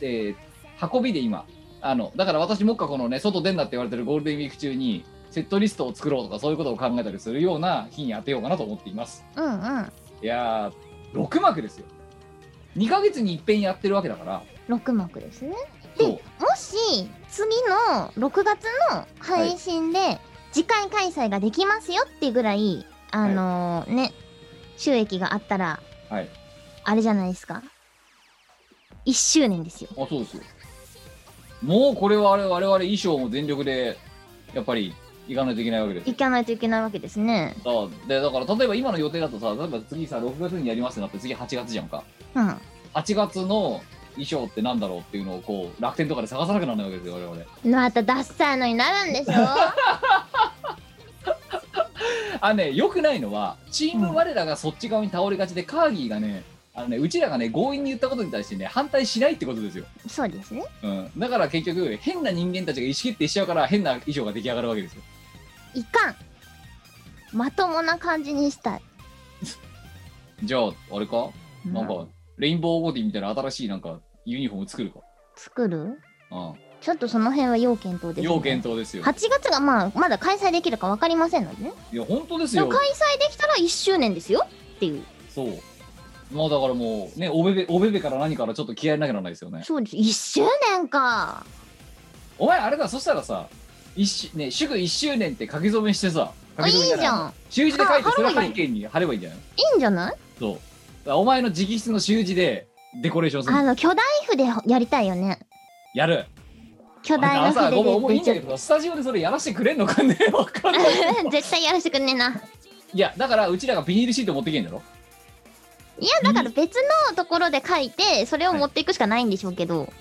えー運びで今あのだから私もっかこのね外出んなって言われてるゴールデンウィーク中にセットリストを作ろうとかそういうことを考えたりするような日に当てようかなと思っていますうんうん。いやー6幕ですよ2ヶ月に一遍やってるわけだから6幕ですね。そうもし次の6月の配信で次回開催ができますよっていうぐらい、あのーね収益があったらはいあれじゃないですか1周年ですよあそうですよもうこれはあれ我々衣装も全力でやっぱり行かないといけないわけですよ行かないといけないわけですねだでだから例えば今の予定だとさ例えば次さ6月にやりますってなって次8月じゃんかうん8月の衣装ってなんだろうっていうのをこう楽天とかで探さなくならないわけですよ我々またダッサいのになるんでしょあねよくないのはチーム我らがそっち側に倒れがちでカーギーがねあのね、うちらがね、強引に言ったことに対してね、反対しないってことですよ。 そうですね。うん。だから結局、変な人間たちが意思決定しちゃうから、変な衣装が出来上がるわけですよ。いかん。まともな感じにしたい。じゃあ、あれかなんうか、レインボーボディみたいな新しいなんか、ユニフォーム作るか。作るうん。ちょっとその辺は要検討です、要検討ですよ。 8月がまあまだ開催できるか分かりませんのでねいや、本当ですでもよ開。催できたら1周年ですよっていうそう。まあだからもう、ね、おべべ、おべべから何からちょっと気合いなきゃならないですよね。そうです1周年かお前、あれだ、そしたらさ、一周ね、祝1周年って書き初めしてさ、書あいきい初めじゃん。ん習字で書いて、あそれを貼ればい背い景に貼ればいいんじゃないいいんじゃないそう。だからお前の直筆の習字でデコレーションするあ。の巨大筆やりたいよねやる。巨大あなのさ、筆ごめん、もういいんだでけど、スタジオでそれやらせてくれんのかね、 わかんない。 絶対やらせてくんねえないや、だからうちらがビニールシート持ってけんだろ。いやだから別のところで書いてそれを持っていくしかないんでしょうけど、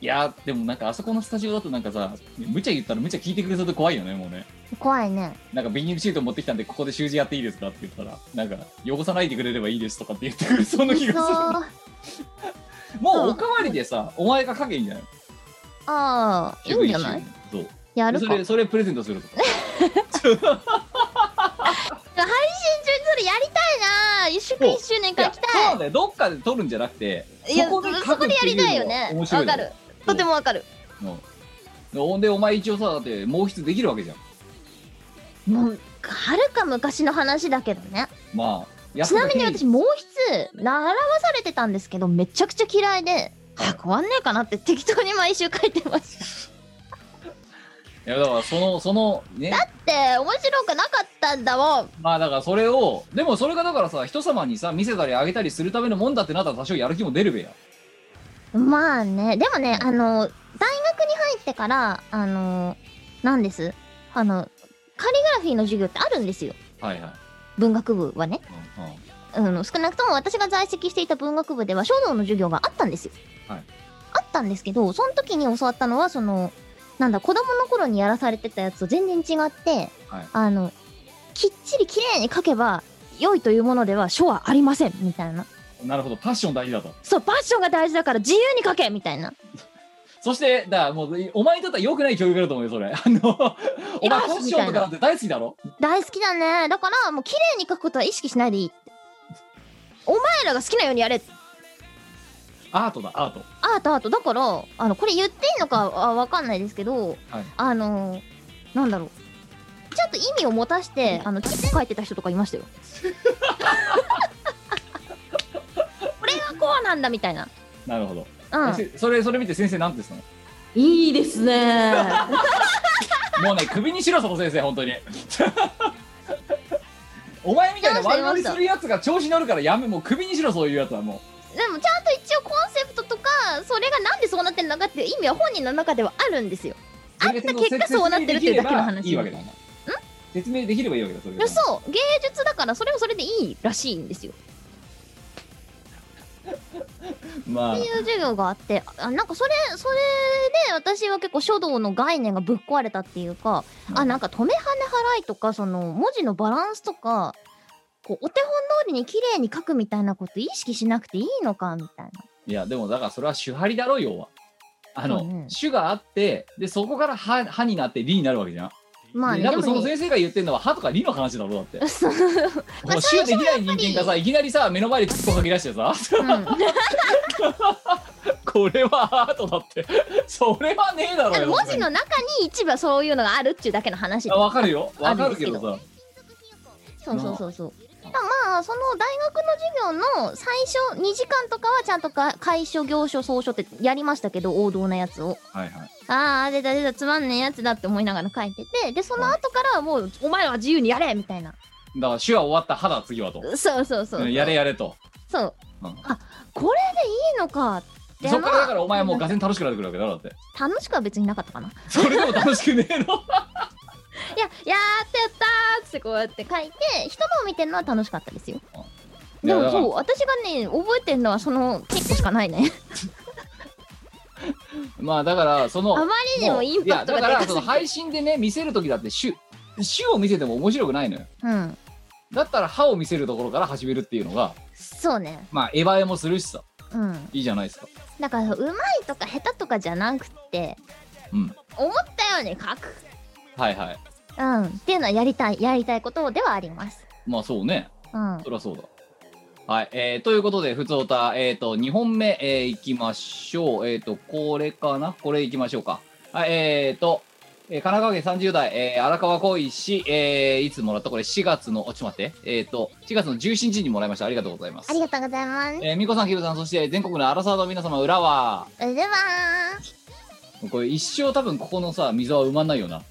いや、でもなんかあそこのスタジオだとなんかさ、無茶言ったら無茶聞いてくれそうで怖いよね、もうね。怖いねなんかビニールシート持ってきたんで、ここで習字やっていいですかって言ったら、なんか、汚さないでくれればいいですとかって言ってくれそうな気そうがあする。もうおかわりでさ、お前が書けんじゃないあいいんじゃないそう。やでるそかれ、それプレゼントするとか。新春それやりたいな一祝1周年いかや行きそたうないんだよどっかで撮るんじゃなくていやそこで書そくこっでやてりいうのたがいよね面白わいのかるとてもわかるうんほんでお前一応さだって毛筆できるわけじゃんもうはるか昔の話だけどねまあやっちぱなみに私毛筆習わされてたんですけどめちゃくちゃ嫌いではいはあわんねえかなって適当に毎週書いてましたいやだからそのそのねって面白くなかったんだもんまあだからそれをでもそれがだからさ人様にさ見せたりあげたりするためのもんだってなったら多少やる気も出るべやまあねでもねあの大学に入ってからあのなんですあのカリグラフィーの授業ってあるんですよはいはい、文学部はね、うんうんあの少なくとも私が在籍していた文学部では書道の授業があったんですよ、はいあったんですけどその時に教わったのはそのなんだ子供の頃にやらされてたやつと全然違って、はいあのきっちり綺麗に書けば良いというものでは書はありませんみたいななるほどパッション大事だとそうパッションが大事だから自由に書けみたいなそしてだからもうお前にとっては良くない教育だと思うよそれ あのお前パッションとかなんて大好きだろ大好きだねだからもう綺麗に書くことは意識しないでいいってお前らが好きなようにやれってアートだアートアートアートだからあのこれ言っていいのかはわかんないですけど、はいあのなんだろうちゃんと意味を持たしてあのチッ書いてた人とかいま したよこれがこうなんだみたいななるほど、うんせそれそれ見て先生なんて言ってたのいいですね もうね、首にしろ、その先生、本当に。 お前みたいな悪乗りするやつが調子乗るからやめ、もう首にしろ、そういうやつはもでもちゃんと一応コンセプトとかそれがなんでそうなってるのかっていう意味は本人の中ではあるんですよう。あった結果そうなってるっていうだけの話いいわけだな。説明できればいいわけだ、それいやそう芸術だからそれはそれでいいらしいんですよまあって、いう授業があってあなんかそれそれで私は結構書道の概念がぶっ壊れたっていうか、あなんか。か止め跳ね払いとかその文字のバランスとかこうお手本通りに綺麗に書くみたいなこと意識しなくていいのかみたいいや、でもだからそれは手張りだろ、要は。あそうのね、手があって、で、そこから歯歯になって、理になるわけじゃん。なまあでね多で分そものね先生が言ってるのは歯とか理の話だろ、だって。そう、 まあもう最手初できない人間がさ、いきなりさ、目の前で突っかき出して さ。 うん、これはアートだって それはねえあだろうのよ文字の中に一部はそういうのがあるっていうだけの話であわかるよわかるけどあさそうそうそうそうなまあその大学の授業の最初2時間とかはちゃんとか楷書行書草書ってやりましたけど王道なやつをはいはいああ出た出たつまんねえやつだって思いながら書いててでその後からはもうお前らは自由にやれみたいなだから手話終わった歯だ次はとそうそうそう、うんやれやれと、そううんこれでいいのかってそっからだからお前はもうまがぜん楽しくなってくるわけだろだってあ楽しくは別になかったかないそれでも楽しくねえ のややってやったーってこうやって書いて人のを見てるのは楽しかったですよいでやもだからそう私がね覚えてるのはその結構しかないねまあだからそのあまりにもインパクトいがやだかでらかすそぎのて配信でね見せる時だって手手を見せても面白くないのようんだったら歯を見せるところから始めるっていうのがそうね。まあ、エヴァエもするしさ、うん。いいじゃないですか。だから、うまいとか下手とかじゃなくって、うん。思ったように書く。はいはい。うん。っていうのはやりたい、やりたいことではあります。まあ、そうね。うん。そりゃそうだ。はい。えーということで、普通おた、えっ、と、2本目、えーいきましょう。えっ、と、これかなこれいきましょうか。はい、えっ、と、えー神奈川県30代、えー荒川浩石、えーいつもらったこれ4月の、おちょっと待って、えっ、と、4月の17日にもらいました。ありがとうございますあ。りがとうございます。えー、みこさん、きぶさん、そして全国の荒沢の皆様、裏は、うではこれ一生多分ここのさ、溝は埋まんないよな。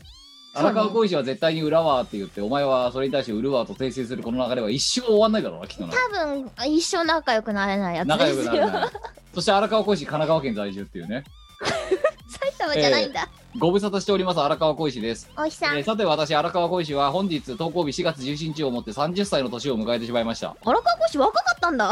そうね荒川浩石は絶対に裏はって言って、お前はそれに対して売るわと訂正するこの流れは一生終わんないだろうな、きっとな。多分、一生仲良くなれないやつ仲で良くすなるよ。なそして荒川浩石神奈川県在住っていうね 埼玉じゃないんだ。ご無沙汰しております荒川浩石です、お日さんえー。さて私荒川浩石は本日投稿日4月17日をもって30歳の年を迎えてしまいました荒川越若かったんだ。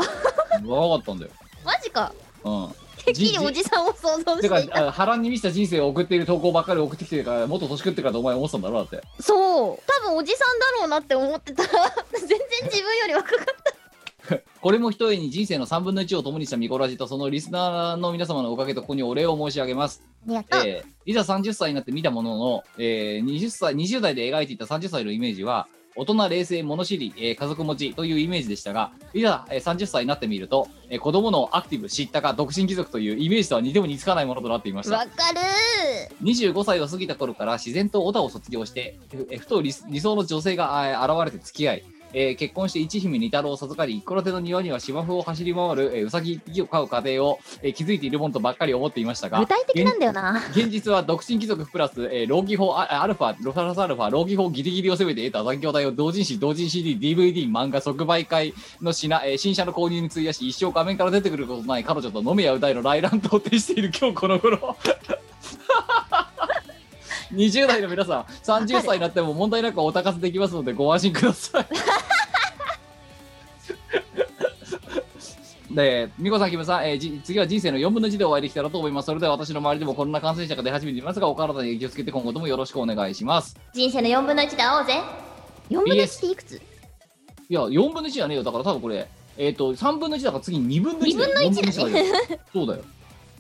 若かったんだよマジか。うんてっきりおじさんを想像てしていた。かあ波乱に満ちた人生を送っている投稿ばっかり送ってきてるからもっと年食ってるからとお前思ってたんだろだってそう。多分おじさんだろうなって思ってた。 全然自分より若かっ これもひとえに人生の3分の1を共にしたミコラジとそのリスナーの皆様のおかげとここにお礼を申し上げますた。やった。えーいざ30歳になって見たものの、えー 20, 歳20代で描いていた30歳のイメージは大人冷静物知り、えー家族持ちというイメージでしたがいざ、えー30歳になってみると、えー子供のアクティブ知ったか独身貴族というイメージとは似ても似つかないものとなっていましたわかる25歳を過ぎた頃から自然とオタを卒業してふえふと理理想の女性があ現れて付き合い、えー結婚して一姫二太郎を授かり一戸建ての庭には芝生を走り回る、えーうさぎ一匹を飼う過程を、えー築いているものとばっかり思っていましたが具体的なんだよな。現実は独身貴族プラス、えー、老技法アアルファ、ロサラスアルファ、老技法ギリギリを攻めて得た残業代を同人誌、同人 CD、DVD、漫画、即売会の品、えー新車の購入に費やし、一生画面から出てくることのない彼女と飲めや歌いの来乱と呈している今日この頃。20代の皆さん、30歳になっても問題なくお高せできますのでご安心ください。で、美子さん、キムさん、えーじ次は人生の4分の1でお会いできたらと思います。それでは私の周りでもコロナ感染者が出始めていますが、お体に気をつけて今後ともよろしくお願いします。人生の4分の1で会おうぜ。4分の1っていくついや、4分の1じゃねえよ。だから多分これ、えっ、と、3分の1だから次2分の1だよ。 2分の1だね4分の1だよ。そう だよ。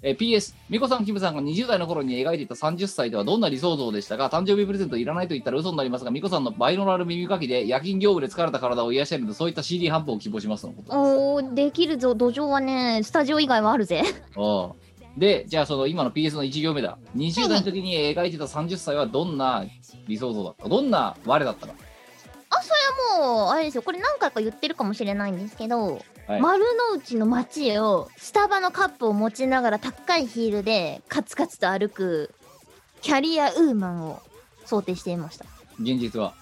えー PS、美子さん、キムさんが20代の頃に描いていた30歳ではどんな理想像でしたか誕生日プレゼントいらないと言ったら嘘になりますが、美子さんのバイノラル耳かきで夜勤業務で疲れた体を癒やしたいので、そういった CD 販売を希望しますのことですおー、できるぞ。土壌はね、スタジオ以外はあるぜ。ああで、じゃあその今の PS の1行目だ。20代の時に描いてた30歳はどんな理想像だったどんな我だったかあ、それはもう、あれですよ。これ何回か言ってるかもしれないんですけど、はい丸の内の街をスタバのカップを持ちながら高いヒールでカツカツと歩くキャリアウーマンを想定していました。現実は。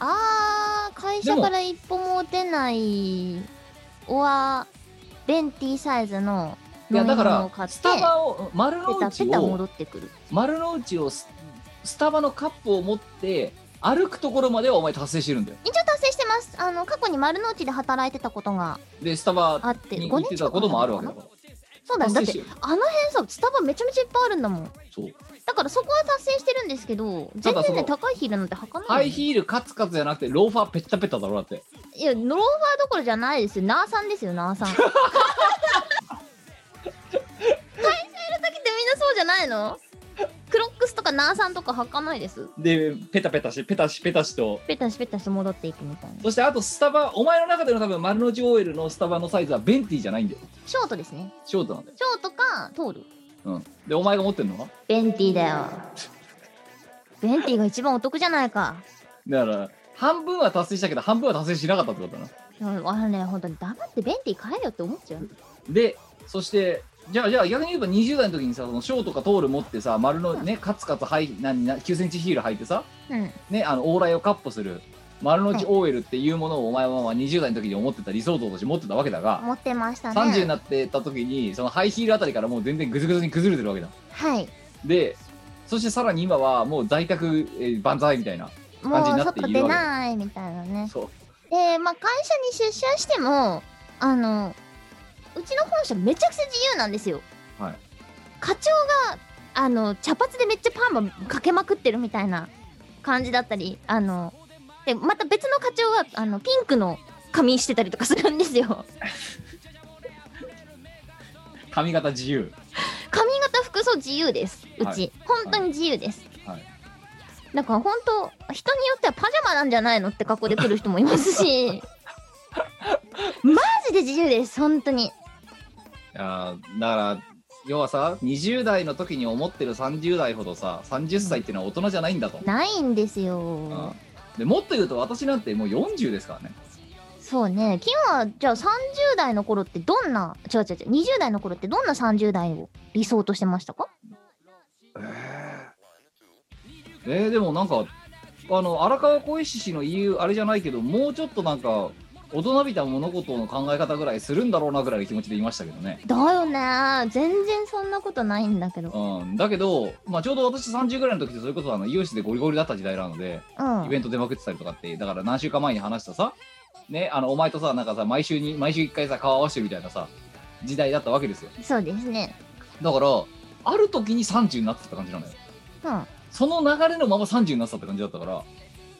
あー、会社から一歩も出ない、は、ベンティサイズのいや飲みだか物を買ら、ってス、タバを、丸ペのタ内ペタ戻を、ってくる。丸の内をス、スタバのカップを持って、歩くところまではお前達成してるんだよ。一応達成してます。あの、過去に丸の内で働いてたことがで、スタバあって、に5行っ年て近たくこともあるわけだだ。から。そうだよ、だっ達成しててる。あの辺さ、スタバめちゃめちゃいっぱいあるんだもん。そう。だからそこは達成してるんですけど、た全だそ然のね、高いヒールなんて履かないのハイヒールカツカツじゃなくて、ローファーペッタペタだろ、だって。いや、ローファーどころじゃないですよ。ナーさんですよ、ナ ーさん。会社いる時ってみんなそうじゃないのクロックスとかナーさんとか履かないです。で、ペタペタし、ペタし、ペタしと、ペタシペタシ戻っていくみたいな。そしてあとスタバ、お前の中での多分丸の内 OL のスタバのサイズはベンティじゃないんだよ。ショートですね。ショートなんだよ。ショートか、通る。うん。で、お前が持ってるのはベンティだよ。ベンティが一番お得じゃないか。だから、半分は達成したけど、半分は達成しなかったってことだな。うんあのね、本当に黙ってベンティ買えよって思っちゃう。で、そして、じゃあ、じゃあ逆に言えば20代の時にさ、そのショートかトール持ってさ、丸のね、カツカツはい何な9センチヒール履いてさ、うん。ね、あの、往来をカッポする、丸の内 OL っていうものをお前はまあ20代の時に思ってた理想像として持ってたわけだが、持ってましたね。 30になってた時に、そのハイヒールあたりからもう全然グズグズに崩れてるわけだ。はい。で、そしてさらに今はもう在宅、えー万歳みたいな。もう感じになって外いる出わけないみたいなね。そう。で、まあ、会社に出社してもあのうちの本社めちゃくちゃ自由なんですよ、はい課長があの茶髪でめっちゃパーマかけまくってるみたいな感じだったりあのでまた別の課長はあのピンクの仮眠してたりとかするんですよ髪型自由髪型服装自由ですうち、はい本当に自由です、はいだから本当人によってはパジャマなんじゃないのって格好で来る人もいます しマジで自由です本当にあーだから要はさ20代の時に思ってる30代ほどさ30歳っていうのは大人じゃないんだと、ないんですうんよでもっと言うと私なんてもう40ですからねそうね金はじゃあ30代の頃ってどんな違う違う違う20代の頃ってどんな30代を理想としてましたかえーでもなんかあの荒川小石氏の言うあれじゃないけどもうちょっとなんか大人びた物事の考え方ぐらいするんだろうなぐらいの気持ちでいましたけどね、だよね全然そんなことないんだけどうん、だけど、まあ、ちょうど私30ぐらいの時ってそれこそあの有志でゴリゴリだった時代なのでうんイベント出まくってたりとかってだから何週間前に話したさねあのお前とさなんかさ毎週に毎週1回さ顔合わせてみたいなさ時代だったわけですよそうですねだからある時に30になってた感じなのようんその流れのまま30になってたって感じだったから、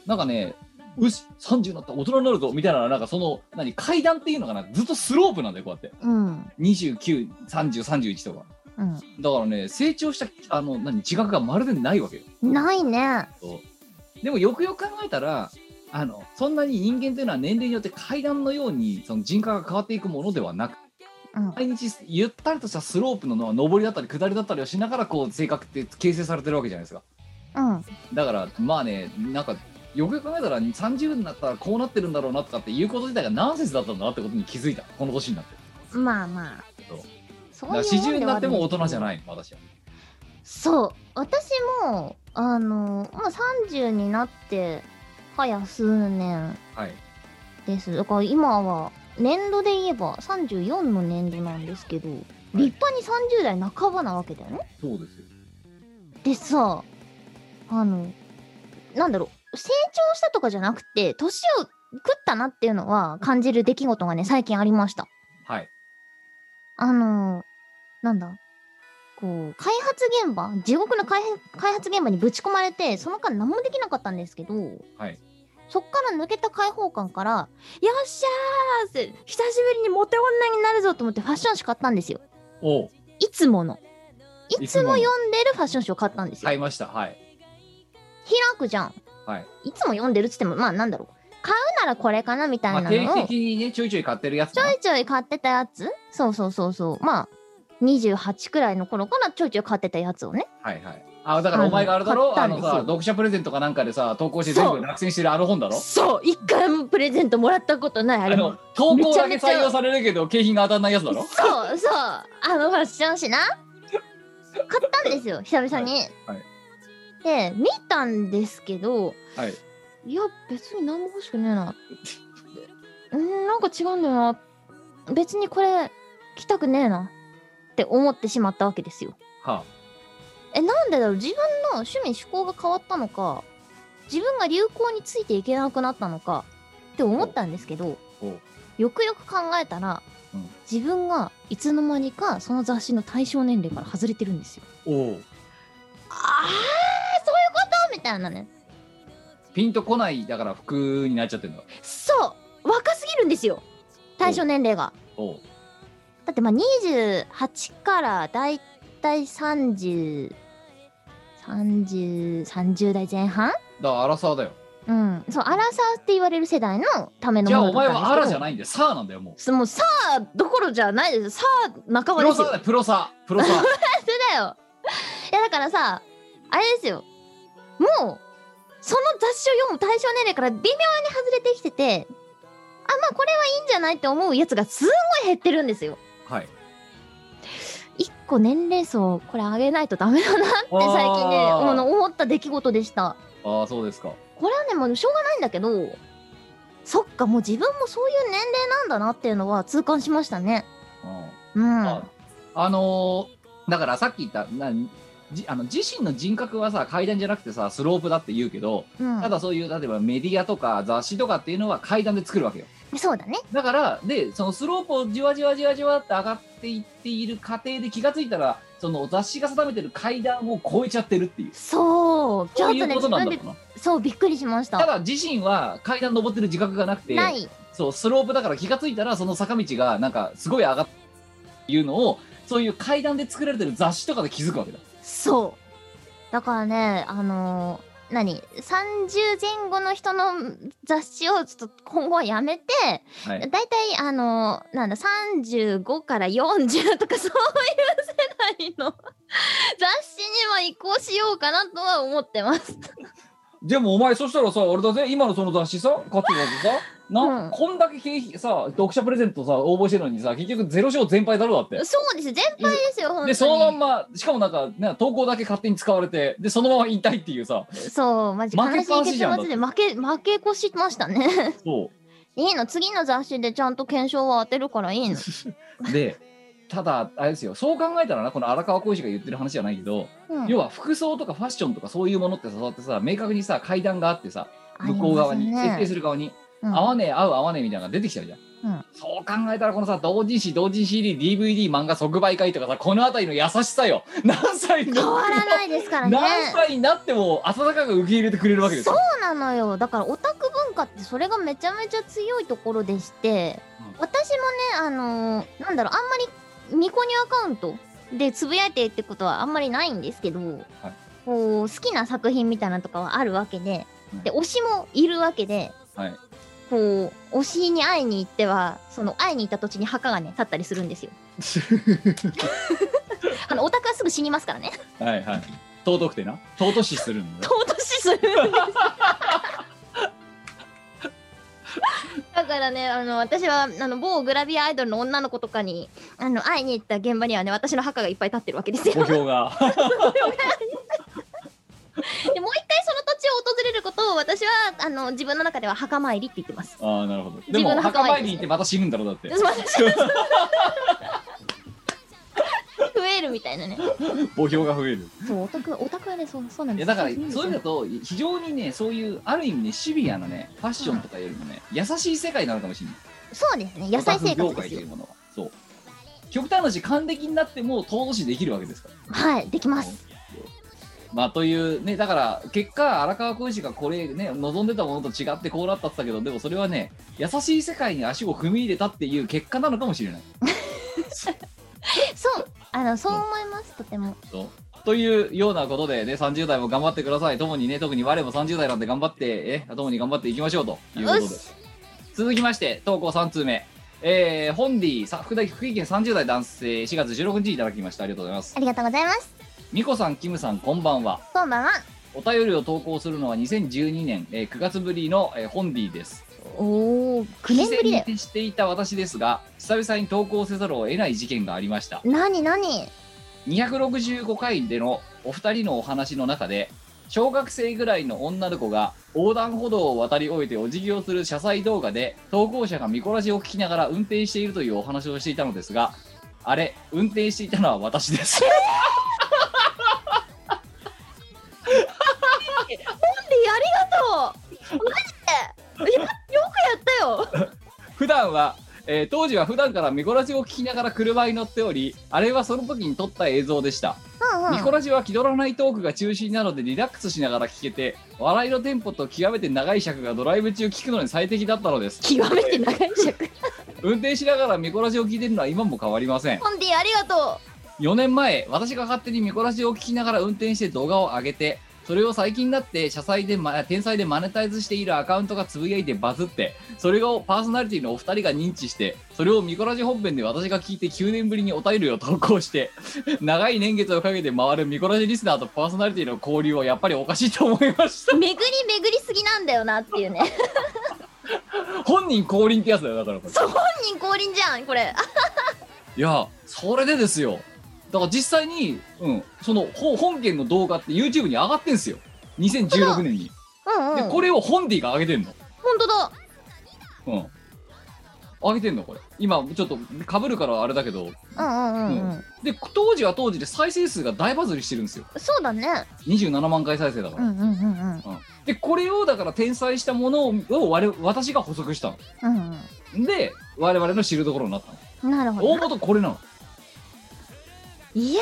なんかね、よし、30になった、大人になるぞ、みたいな、なんかその、何、階段っていうのかな、ずっとスロープなんだよ、こうやって。うん29、30、31とか。うんだからね、成長した、あの、何、自覚がまるでないわけよ。ないねそうでも、よくよく考えたら、あの、そんなに人間というのは年齢によって階段のように、その人格が変わっていくものではなく、うん毎日ゆったりとしたスロープの上りだったり下りだったりをしながら、こう、性格って形成されてるわけじゃないですか。うんだからまあねなんかよくよく考えたら30になったらこうなってるんだろうなとかっていうこと自体がナンセンスだったんだなってことに気づいたこの年になってまあまあそうそだから40になっても大人じゃないい私はそう私もあのまあ30になってはや数年はいですだから今は年度で言えば34の年度なんですけど立派に30代半ばなわけだよねそうですよでさあのなんだろう成長したとかじゃなくて年を食ったなっていうのは感じる出来事がね最近ありましたはいあのなんだこう開発現場地獄の開発開発現場にぶち込まれてその間何もできなかったんですけど、はいそっから抜けた開放感からよっしゃーって久しぶりにモテ女になるぞと思ってファッション誌買ったんですよおういつものいいつつももの読んでるファッション誌を買ったんですよ、買いましたはい開くじゃんはい、いつも読んでるっつってもまあなんだろう買うならこれかなみたいまなあ、のを定期的にねちょいちょい買ってるやつちかょないちょい買ってたやつそうそうそうそうまあ28くらいの頃からちょいちょい買ってたやつをねはいはいあだからお前があれだろ買あったんでのすよさ読者プレゼントかなんかでさ投稿して全そう部落選してるあの本だろそう一回もプレゼントもらったことないああれのも投稿だけめちゃめち採ゃ用されるけど景品が当たんないやつだそうろそうあのファッション誌な買ったんですよ久々に、はいで見たんですけどはいいや別に何も欲しくねえなうんなんか違うんだよな別にこれ着たくねえなって思ってしまったわけですよはえなんでだろう自分の趣味趣向が変わったのか自分が流行についていけなくなったのかって思ったんですけどあおうよくよく考えたら、うん自分がいつの間にかその雑誌の対象年齢から外れてるんですよ。おうああそういうことみたいなねピンとこないだから服になっちゃってるのそう若すぎるんですよ対象年齢が。おうだってまあ28からだいたい303030代前半だからアラサーだようん、そうアラサーって言われる世代のためのじゃあお前はアラじゃいないんだよ。サーなんだよ、ももうさあどころじゃないですさあ半う。プばロです よサーだよ、プロサー。プロサ ー。それだよいやだからさあれですよもうその雑誌を読む対象年齢から微妙に外れてきててあまあこれはいいんじゃないって思うやつがすんごい減ってるんですよはい。一個年齢層これ上げないとダメだなって最近ねあーあの思った出来事でしたああ、そうですか。これはねもうしょうがないんだけどそっかもう自分もそういう年齢なんだなっていうのは痛感しましたねうん。うんああのーだからさっき言った、なじあの自身の人格はさ、階段じゃなくてさ、スロープだって言うけど、うんただそういう、例えばメディアとか雑誌とかっていうのは階段で作るわけよ。そうだねだから、で、そのスロープをじわじわじわじわって上がっていっている過程で気がついたら、その雑誌が定めてる階段を超えちゃってるっていう。そうちょそっうというねこ自となん分だでろうな。そう、びっくりしましたた。だ自身は階段登ってる自覚がなくてない。そうスロープだから気がついたらその坂道がなんかすごい上がっていうのをそういう階段で作られてる雑誌とかで気づくわけだそう。だからね、あのー何 ?30 前後の人の雑誌をちょっと今後はやめて、はだいいたいあのーなんだ、35から40とかそういう世代の 雑誌には移行しようかなとは思ってます。でもお前そしたらさ俺だぜ今のその雑誌さ買ってるやつさな、うんこんだけ景品さ読者プレゼントさ応募してるのにさ結局ゼロ賞全敗だろだってそうです。全敗ですよ、本当でに。そのまんましかもなんかね投稿だけ勝手に使われてでそのまま引退っていうさそう、マジ負悲けっしぱいなし結じゃん末で負け、負け越しましたね。そいいの、次の雑誌でちゃんと検証を当てるからいい の。うでただあれですよそう考えたらなこの荒川浩司が言ってる話じゃないけど、うん要は服装とかファッションとかそういうものってさそうやってさ明確にさ階段があってさ向こう側に、設あります定すねる側うに、ん合わねえ合う合わねえみたいなのが出てきちゃうじゃん、うんそう考えたらこのさ同人誌同人 CDDVD 漫画即売会とかさこの辺りの優しさよ 何歳変のわらないですから ね。何歳になっても温かく受け入れてくれるわけですそようなのよだからオタク文化ってそれがめちゃめちゃ強いところでして、う私もねあのーなんだろうあんまりニコニアカウントでつぶやいてってことはあんまりないんですけど、こう好きな作品みたいなのとかはあるわけでうんで推しもいるわけで。はいこう推しに会いに行ってはその会いに行った土地に墓がね立ったりするんです よ。あのオタクはすぐ死にますからね。はいはい尊くてな尊しするんだよ尊しするんですだからねあの私はあの某グラビアアイドルの女の子とかにあの会いに行った現場にはね私の墓がいっぱい立ってるわけですよ で小もう評が一回その土地を訪れることを私はあの自分の中では墓参りって言って ますああなるほどで自分もの墓墓参参りりに行ってまた死ぬんだろうだってで私増えるみたいなね墓標が増えるそうオタクオタクはねそうそうなんいでやすだからそういうで意すよ味だと非常にねそういうある意味ねシビアなねファッションとかよりもね優しい世界なのかもしれないそうですね野菜生オタ活ですク業界といようものはそう極端な話還暦になっても遠しできるわけですからはいできますまあというねだから結果荒川浩司がこれね望んでたものと違ってこうなったって言ったけどでもそれはね優しい世界に足を踏み入れたっていう結果なのかもしれないそうあのそう思いますとてもとというようなことでね30代も頑張ってくださいともにね特に我も30代なんで頑張ってえともに頑張っていきましょうということうっです続きまして投稿3通目えー、ホンディさ福大福井県30代男性4月16日いただきましたありがとうございますありがとうございますみこさんキムさんこんばんはこんばんはお便りを投稿するのは2012年、えー9月ぶりの、えーホンディですおお9年ぶりだよ以前にしていた私ですが久々に投稿せざるを得ない事件がありました何何265回でのお二人のお話の中で小学生ぐらいの女の子が横断歩道を渡り終えてお辞儀をする車載動画で投稿者が見こらしを聞きながら運転しているというお話をしていたのですがあれ運転していたのは私です でありがとうマジでよよくやったよ普段は、えー当時は普段から見こらしを聞きながら車に乗っておりあれはその時に撮った映像でしたうんうんミコラジは気取らないトークが中心なのでリラックスしながら聞けて笑いのテンポと極めて長い尺がドライブ中聞くのに最適だったのです極めて長い尺運転しながらミコラジを聞いてるのは今も変わりませんホンディありがと4年前私が勝手にミコラジを聞きながら運転して動画を上げてそれを最近になって車載で、ま、天才でマネタイズしているアカウントがつぶやいてバズってそれをパーソナリティのお二人が認知してそれをミコラジ本編で私が聞いて9年ぶりにお便りを投稿して 長い年月をかけて回るミコラジリスナーとパーソナリティの交流はやっぱりおかしいと思いましう巡り巡りすぎなんだよなっていうねた本人降臨ってやつだよだからこれそう本人降臨じゃんこれあいやそれでですよだから実際に、うん、そのほ本件の動画って YouTube に上がってんすよ2016年に、うんうでんこれをホンディが上げてんの本当だうん上げてんのこれ今ちょっとかぶるからあれだけどうんうんうん、うん、で当時は当時で再生数が大バズりしてるんですよそうだね27万回再生だかうら、んうんうんでこれをだから転載したものをを我々私が補足したのうんで我々の知るところになったのうんなるほど大元これなのいやー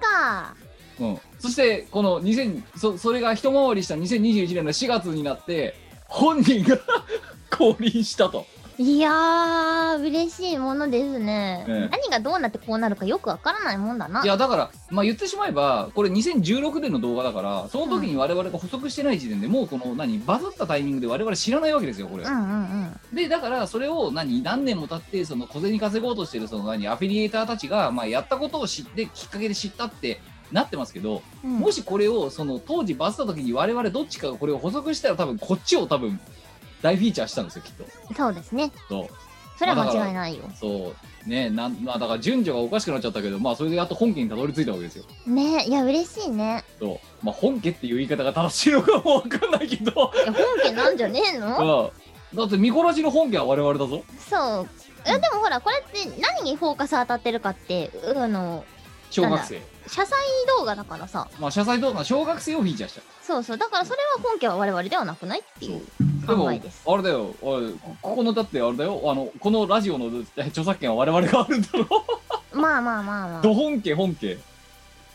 マジかうん、そしてこの2000そそれが一回りした2021年の4月になって本人が 降臨したといやー、嬉しいものですね。ええ何がどうなってこうなるかよくわからないもんだな。いやだから、まあ、言ってしまえばこれ2016年の動画だからその時に我々が補足してない時点でもうこの何バズったタイミングで我々知らないわけですよこれうんうんでだからそれを何何年も経ってその小銭稼ごうとしてるその何アフィリエイターたちが、まあ、やったことを知ってきっかけで知ったってなってますけどうん。うんもしこれをその当時バズった時に我々どっちかがこれを補足したら多分こっちを多分大フィーチャーしたんですよきっと。そうですね。そうそれは間違いないよ。そうねなんまあだから順序がおかしくなっちゃったけどまあそれでやっと本家にたどり着いたわけですよねいや、嬉しいね。そうまあ本家っていう言い方が正しいのかもわかんないけどいや本家なんじゃねえの うんだってミコラジの本家は我々だぞそう。いや、でもほら、これって何にフォーカス当たってるかって、うあの、小学生謝罪動画だからさ。まあ謝罪動画の小学生をフィーチャーしたそうそう。だからそれは本家は我々ではなくないっていう。でも考あえれですだよおいこここのだってあれだよあのこのラジオのえ著作権は我々があるんだろまあまあまあまあど。本家本家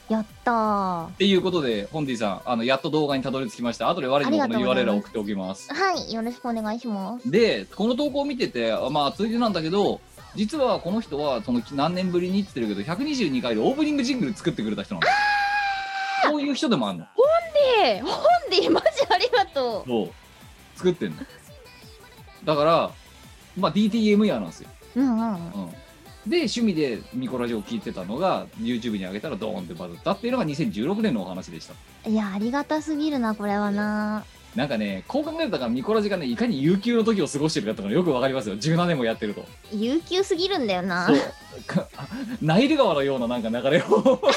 やったー。っていうことで、ホンディさん、あのやっと動画にたどり着きました。後で我にもこのありがとうござい URL ますを送っておきます。はい、よろしくお願いします。で、この投稿を見てて、あまあ、ついでなんだけど、実はこの人は、その何年ぶりにって言ってるけど、122回でオープニングジングル作ってくれた人なの。そういう人でもあんの。ええ、本でマジありがとそう。作ってんの。だから、まあ、DTM やなんですよ。う。うんうん。うん。で、趣味でミコラジオを聞いてたのが、YouTube に上げたらドーンってバズったっていうのが2016年のお話でした。いや、ありがたすぎるな、これはな。なんかね、こう考えたから、ミコラジがね、いかに悠久の時を過ごしてるかってのがよくわかりますよ。17年もやってると。 悠久すぎるんだよなそ。う。かナイル川のようななんか流れを、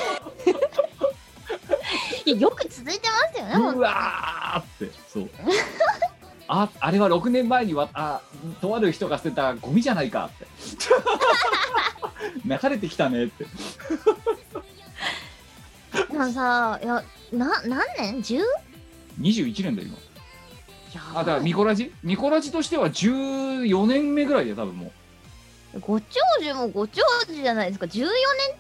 いやよく続いてますよね、ほんうわーって。そう。あ、あれは6年前にわ、あ、とある人が捨てたゴミじゃないかって。 流れてきたねって。でもさ、いや、な、何年 ?10? い21年だよ、今。やーあ、だからミコラジミコラジとしては14年目ぐらいで多分もう。ご長寿もご長寿じゃないですか。14年っ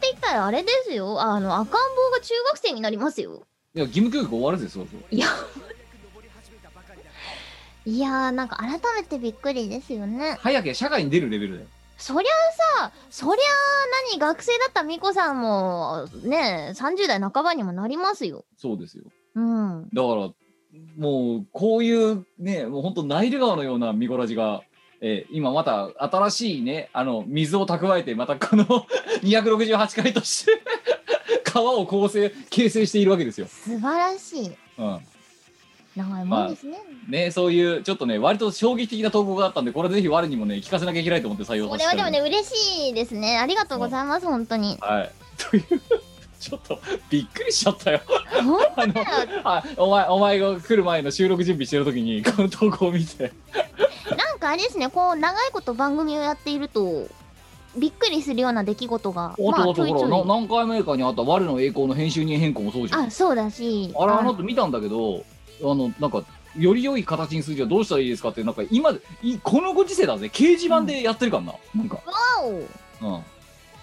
て言ったらあれですよ。あの、赤ん坊が中学生になりますよ。いや、義務教育終わるぜ、そろそろ。いやー、なんか改めてびっくりですよね。早く社会に出るレベルだよ。そりゃあさ、そりゃあ何、学生だったみこさんも、ね、30代半ばにもなりますよ。そうですよ。うん。だからもうこういうねもう本当ナイル川のようなミコラジが、えー今また新しいねあの水を蓄えてまたこの 268回として 川を構成形成しているわけですよ。素晴らしい。うん、長いもんですね。ねそういうちょっとね割と衝撃的な投稿があったんでこれはぜひ我にもね聞かせなきゃいけないと思って採用こされせはてでもね、嬉しいですね。ありがとうございます、本当に。はい。 というちょっとびっくりしちゃったよ。本あ当のだよ。あお前お前が来る前の収録準備してる時にこの投稿を見てなんかあれですね、こう、長いこと番組をやっていると、びっくりするような出来事が、おっとおっちょといちほらなょい。何回目かにあった「我の栄光」の編集人変更もそうじゃんああ、そうだし。れあのあ後見たんだけどあのなんかより良い形にするにはどうしたらいいですかってなんか今いこのご時世だぜ掲示板でやってるからな、なんかわお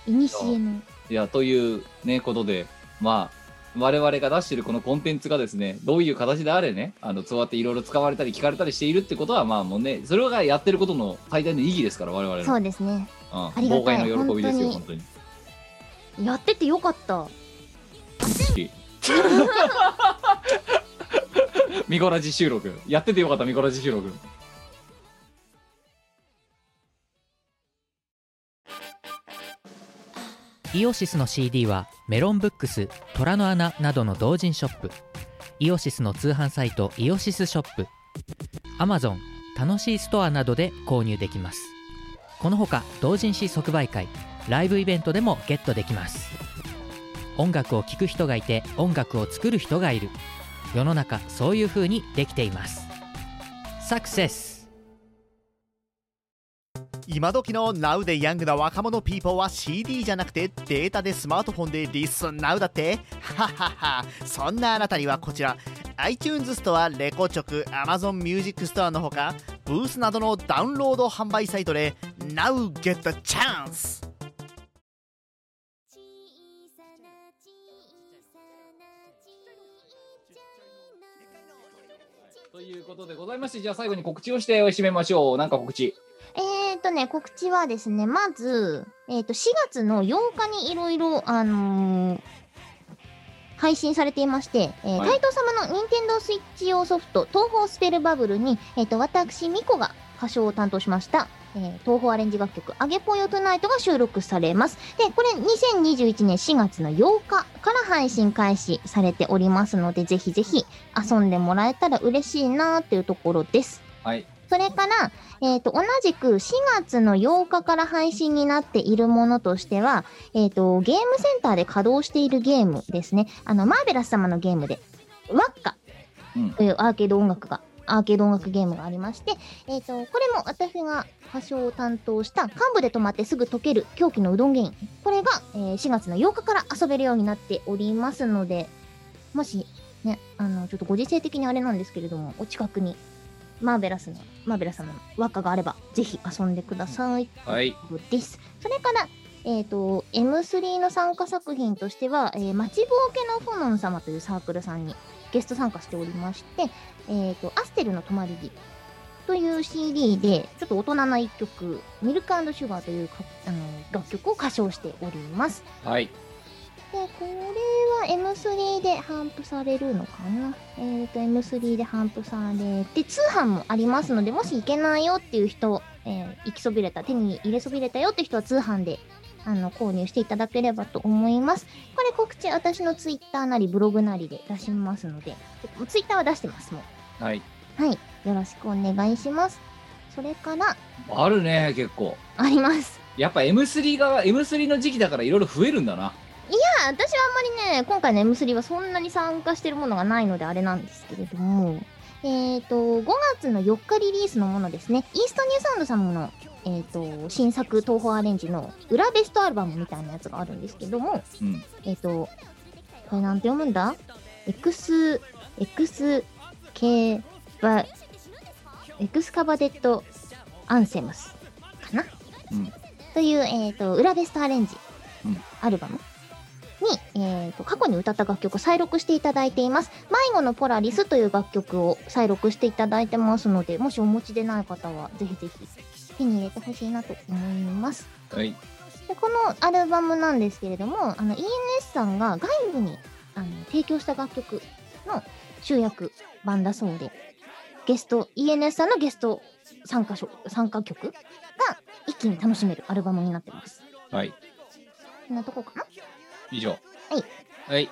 うんいにしえの。いやというねことでまあ我々が出してるこのコンテンツがですねどういう形であれねあのそうやっていろいろ使われたり聞かれたりしているってことはまあもうねそれがやってることの最大の意義ですから我々その、うですね。うん、りがたい妨害の喜びですよ本本当にやっててよかった。 ミコラジ収録やっててよかったミコラジ収録イオシスの CD はメロンブックス、虎の穴などの同人ショップイオシスの通販サイトイオシスショップ Amazon、楽しいストアなどで購入できますこのほか同人誌即売会、ライブイベントでもゲットできます音楽を聴く人がいて音楽を作る人がいる世の中そういう風にできていますサクセス今時の Now でヤングな若者ピーポーは CD じゃなくてデータでスマートフォンでリスン Now だってはははそんなあなたにはこちら iTunes ストア、レコチョク、Amazon Music ストアのほかブースなどのダウンロード販売サイトで Now get the chance! 小さな小さなということでございまして、じゃあ最後に告知をして締めましょう。なんか告知。えー、っとね、告知はですね、まず、えーっと、4月の8日にいろいろ、あのー配信されていまして、えーはい怪盗様の任天堂スイッチ用ソフト、東宝スペルバブルに、えーっと、私、ミコが歌唱を担当しました。えー東宝アレンジ楽曲、あげぽよトゥナイトが収録されます。で、これ2021年4月の8日から配信開始されておりますので、ぜひぜひ遊んでもらえたら嬉しいなーっていうところです。はい。それから、えっ、と、同じく4月の8日から配信になっているものとしては、えっ、と、ゲームセンターで稼働しているゲームですね。あの、マーベラス様のゲームで、ワッカうんというアーケード音楽が、アーケード音楽ゲームがありまして、えっ、と、これも私が歌唱を担当した、幹部で止まってすぐ溶ける狂気のうどんゲイン。これが、えー4月の8日から遊べるようになっておりますので、もし、ね、あの、ちょっとご時世的にあれなんですけれども、お近くにマーベラスの、マーベラス様の輪っかがあれば、ぜひ遊んでください。はい。です。それから、えっ、と、M3 の参加作品としては、えー、待ちぼうけのフォノン様というサークルさんにゲスト参加しておりまして、えっ、と、アステルの泊まり木という CD で、ちょっと大人な一曲、ミルクシュガーというかあの楽曲を歌唱しております。はい。で、これは M3 で頒布されるのかなえっ、と、M3 で頒布されて、通販もありますので、もし行けないよっていう人、えー行きそびれた、手に入れそびれたよって人は通販で、あの、購入していただければと思います。これ告知、私のツイッターなりブログなりで出しますので、ツイッターは出してます、もはい。う。はい。よろしくお願いします。それから、あるね、結構。あります。やっぱ M3 が、M3 の時期だからいろいろ増えるんだな。まあ私はあんまりね今回の M3 はそんなに参加してるものがないのであれなんですけれどもえっ、と5月の4日リリースのものですねイーストニューサウンド様の、えー、と新作東宝アレンジの裏ベストアルバムみたいなやつがあるんですけどもうん。えっ、とこれなんて読むんだ ?X XK バエクスカバデッドアンセムスかな、うんという、えー、と裏ベストアレンジうんアルバムに、えー、と過去に歌った楽曲を再録していただいています「迷子のポラリス」という楽曲を再録していただいてますのでもしお持ちでない方はぜひぜひ手に入れてほしいなと思いますはい。でこのアルバムなんですけれどもあの ENS さんが外部にあの提供した楽曲の集約版だそうでゲスト ENS さんのゲスト参加しょ参加曲が一気に楽しめるアルバムになってます。はい。こんなとこかな。以上。はいはい。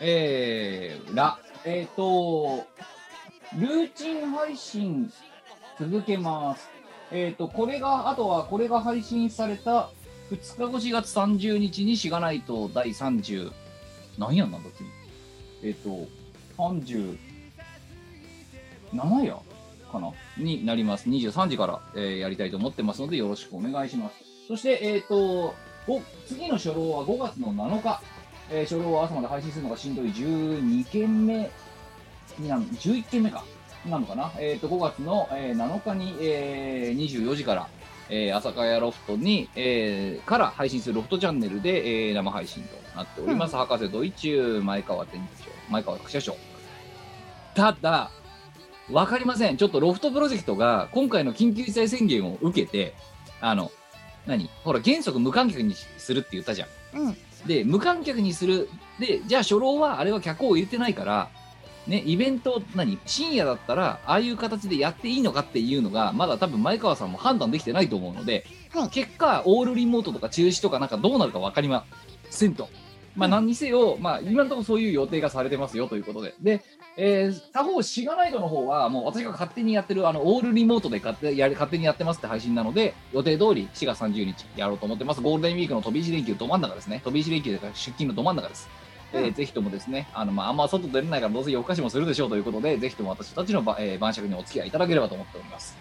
えー、ら、えっ、と、ルーチン配信続けます。えっ、と、これが、あとはこれが配信された2日後4月30日にしがないと第30、何やんなんだ次。えっ、と、37やかなになります。23時から、えーやりたいと思ってますのでよろしくお願いします。そして、えっ、と、ご次の初老は5月の7日、えー初老は朝まで配信するのがしんどい12件目になる11件目かなのかな、えー、と5月の、えー7日に、えー24時から、えー、朝霞屋ロフトに、えーから配信するロフトチャンネルで、えー生配信となっております、博士ドイチュー前川店長前川副社長ただわかりませんちょっとロフトプロジェクトが今回の緊急事態宣言を受けてあの何ほら原則無観客にするって言ったじゃんうん。で無観客にするでじゃあ初老はあれは客を入れてないからねイベント何深夜だったらああいう形でやっていいのかっていうのがまだ多分前川さんも判断できてないと思うので、はい結果オールリモートとか中止とかなんかどうなるか分かりませんと。まあ何にせよ、まあ今のところそういう予定がされてますよということで。で、えー他方、シガナイトの方は、もう私が勝手にやってる、あの、オールリモートで勝手やる勝手にやってますって配信なので、予定通り4月30日やろうと思ってます。ゴールデンウィークの飛び石連休ど真ん中ですね。飛び石連休で出勤のど真ん中です。えーぜひともですね、あの、まあ、あんま外出れないからどうせ夜更かしもするでしょうということで、ぜひとも私たちのば、えー晩酌にお付き合いいただければと思っております。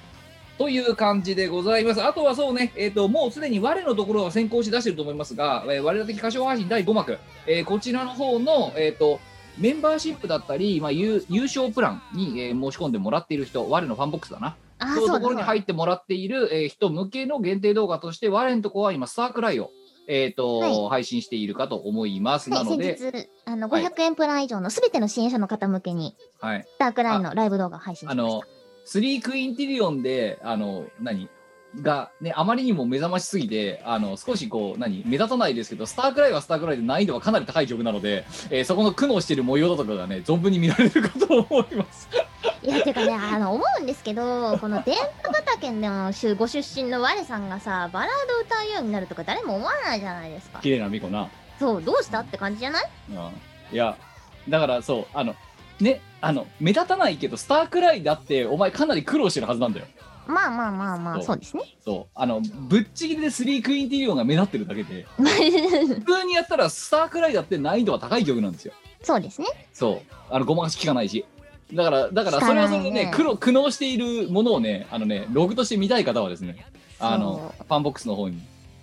という感じでございます。あとはそうね、えっ、と、もうすでに我のところは先行して出してると思いますが、えー我ら的歌唱配信第5幕、えーこちらの方の、えっ、と、メンバーシップだったり、まあ、優優勝プランに、えー申し込んでもらっている人、我のファンボックスだな。あー、そういそうとうだころに入ってもらっている、えー人向けの限定動画として、我のところは今、スタークライを、ええっ、と、は配信しているかと思います。は、ないの先で、日、あの、はい500円プラン以上のすべての支援者の方向けに、はい。ダークラインのライブ動画を配信あしましのた。、スリークインテリオンで、あの、何が、ね、あまりにも目覚ましすぎて、あの、少しこう、何目立たないですけど、スタークライはスタークライで難易度はかなり高い曲なので、えーそこの苦悩している模様だとかがね、存分に見られるかと思います。いや、てかね、あの、思うんですけど、この電波畑の州ご出身の我さんがさ、バラードを歌うようになるとか誰も思わないじゃないですか。綺麗な巫女な。そう、どうしたって感じじゃないうんいやだからそうあのねあの目立たないけどスターくらいだってお前かなり苦労してるはずなんだよまあまあまあまあ、そうそうですね。 そうあのぶっちぎりでスリークイーンティリオンが目立ってるだけで普通にやったらスターくらいだって難易度は高い曲なんですよそうですね。そうあのごまかし効かないしだからだから効そかなれいねはそれでね苦労苦悩しているものをねあのねログとして見たい方はですねあのファンボックスの方に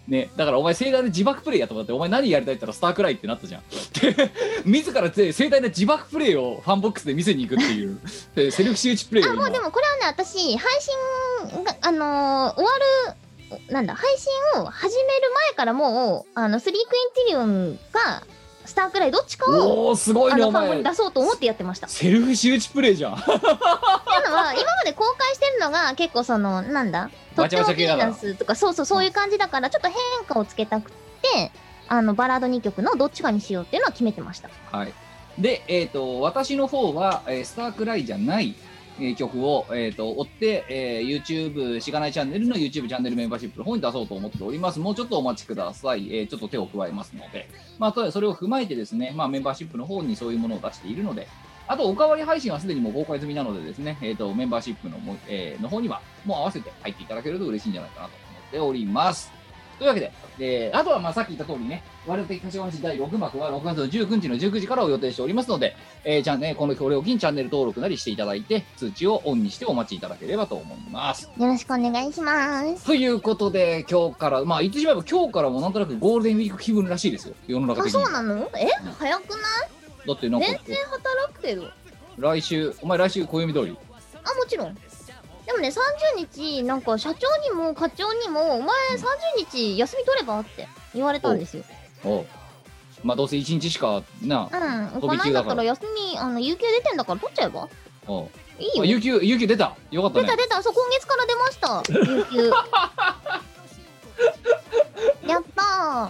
ねだからお前盛大で自爆プレイやったもんだってお前何やりたいって言ったらスターくらいってなったじゃん で自らで盛大な自爆プレイをファンボックスで見せに行くっていうでセルフ仕打ちプレイをあ、もうで今もこれはね、私、配信が、あのー終わる、なんだ、配信を始める前からもう、あの、スリークインティリオンか、スターくらいどっちかを、おおすごいあねの、おファンゴ前に出そうと思ってやってました。っセルフ仕打ちプレイじゃんていうのは、今まで公開してるのが結構その、なんだ、とわってちゃわもちフゃ系ィだーなナンスとか、そうそう、そういう感じだから、ちょっと変化をつけたくて、あの、バラード2曲のどっちかにしようっていうのは決めてました。はいでえっ、と私の方は、えースターくらいじゃないえー曲を、えー、と追って、えー YouTube しがないチャンネルの YouTube チャンネルメンバーシップの方に出そうと思っております。もうちょっとお待ちください。えーちょっと手を加えますので、まあ、ただそれを踏まえてですね、まあ、メンバーシップの方にそういうものを出しているので、あと、おかわり配信はすでにもう公開済みなのでですね、えー、とメンバーシップのも、えーの方にはもう合わせて入っていただけると嬉しいんじゃないかなと思っております。というわけで、えーあとはまあさっき言った通りね、我々的歌唱配信第6幕は6月の19日の19時からを予定しておりますので、えー、じゃあね、このこれを機にチャンネル登録なりしていただいて、通知をオンにしてお待ちいただければと思います。よろしくお願いします。ということで、今日から、まあ言ってしまえば今日からもなんとなくゴールデンウィーク気分らしいですよ、世の中あ、的に。そうなのえ早くないだってなんか、全然働くけど。来週、お前来週暦通り。あもちろんでもね30日なんか社長にも課長にも「お前30日休み取れば?」って言われたんですよ。おうまあどうせ1日しかなう、ん、飛こびない級んだだったからら休みあの有給出てんだから取っちゃえばおういいあよ。有給、有給出たよかった出ねた。出たそう今月から出ました有給。 やった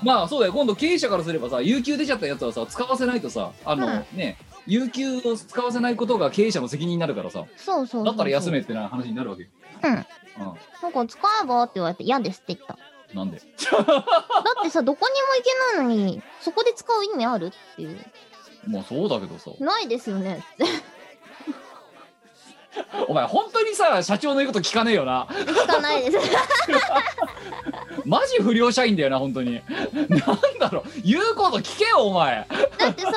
ー。まあそうだよ今度経営者からすればさ有給出ちゃったやつはさ使わせないとさあの、うね有給を使わせないことが経営者の責任になるからさそうそうそうそうだったら休めってな話になるわけようんうんなんか使えばって言われて嫌ですって言った。なんでだってさどこにも行けないのにそこで使う意味あるっていう。もうそうだけどさないですよね。 お前本当にさ社長の言うこと聞かねえよな聞かないです。 マジ不良社員だよな本当になんだろう言うこと聞けよお前だって採用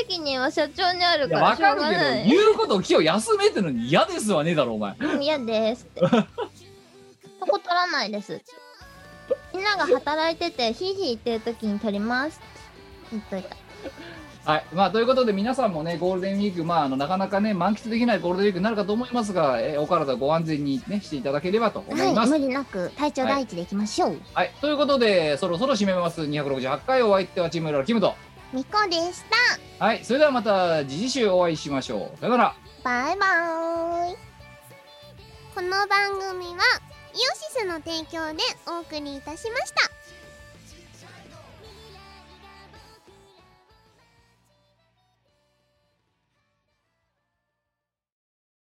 責任は社長にあるいかやらわしょかうるがけどない。言うこと聞けよ休めってのに嫌ですわねえだろお前嫌です って。そこ取らないです。みんなが働いてて、ひいひい言ってる時に取ります。言っといた。はい、まあ、ということで皆さんもねゴールデンウィーク、まあ、あのなかなかね満喫できないゴールデンウィークになるかと思いますが、えーお体ご安全に、ね、していただければと思いまはい、す。は無い、理なく体調第一でいきましょう。ということでそろそろ締めます268回お相手はチームララキムと、みこでした。はい、それではまた次週お会いしましょう。さよならバイバーイこの番組はイオシスの提供でお送りいたしました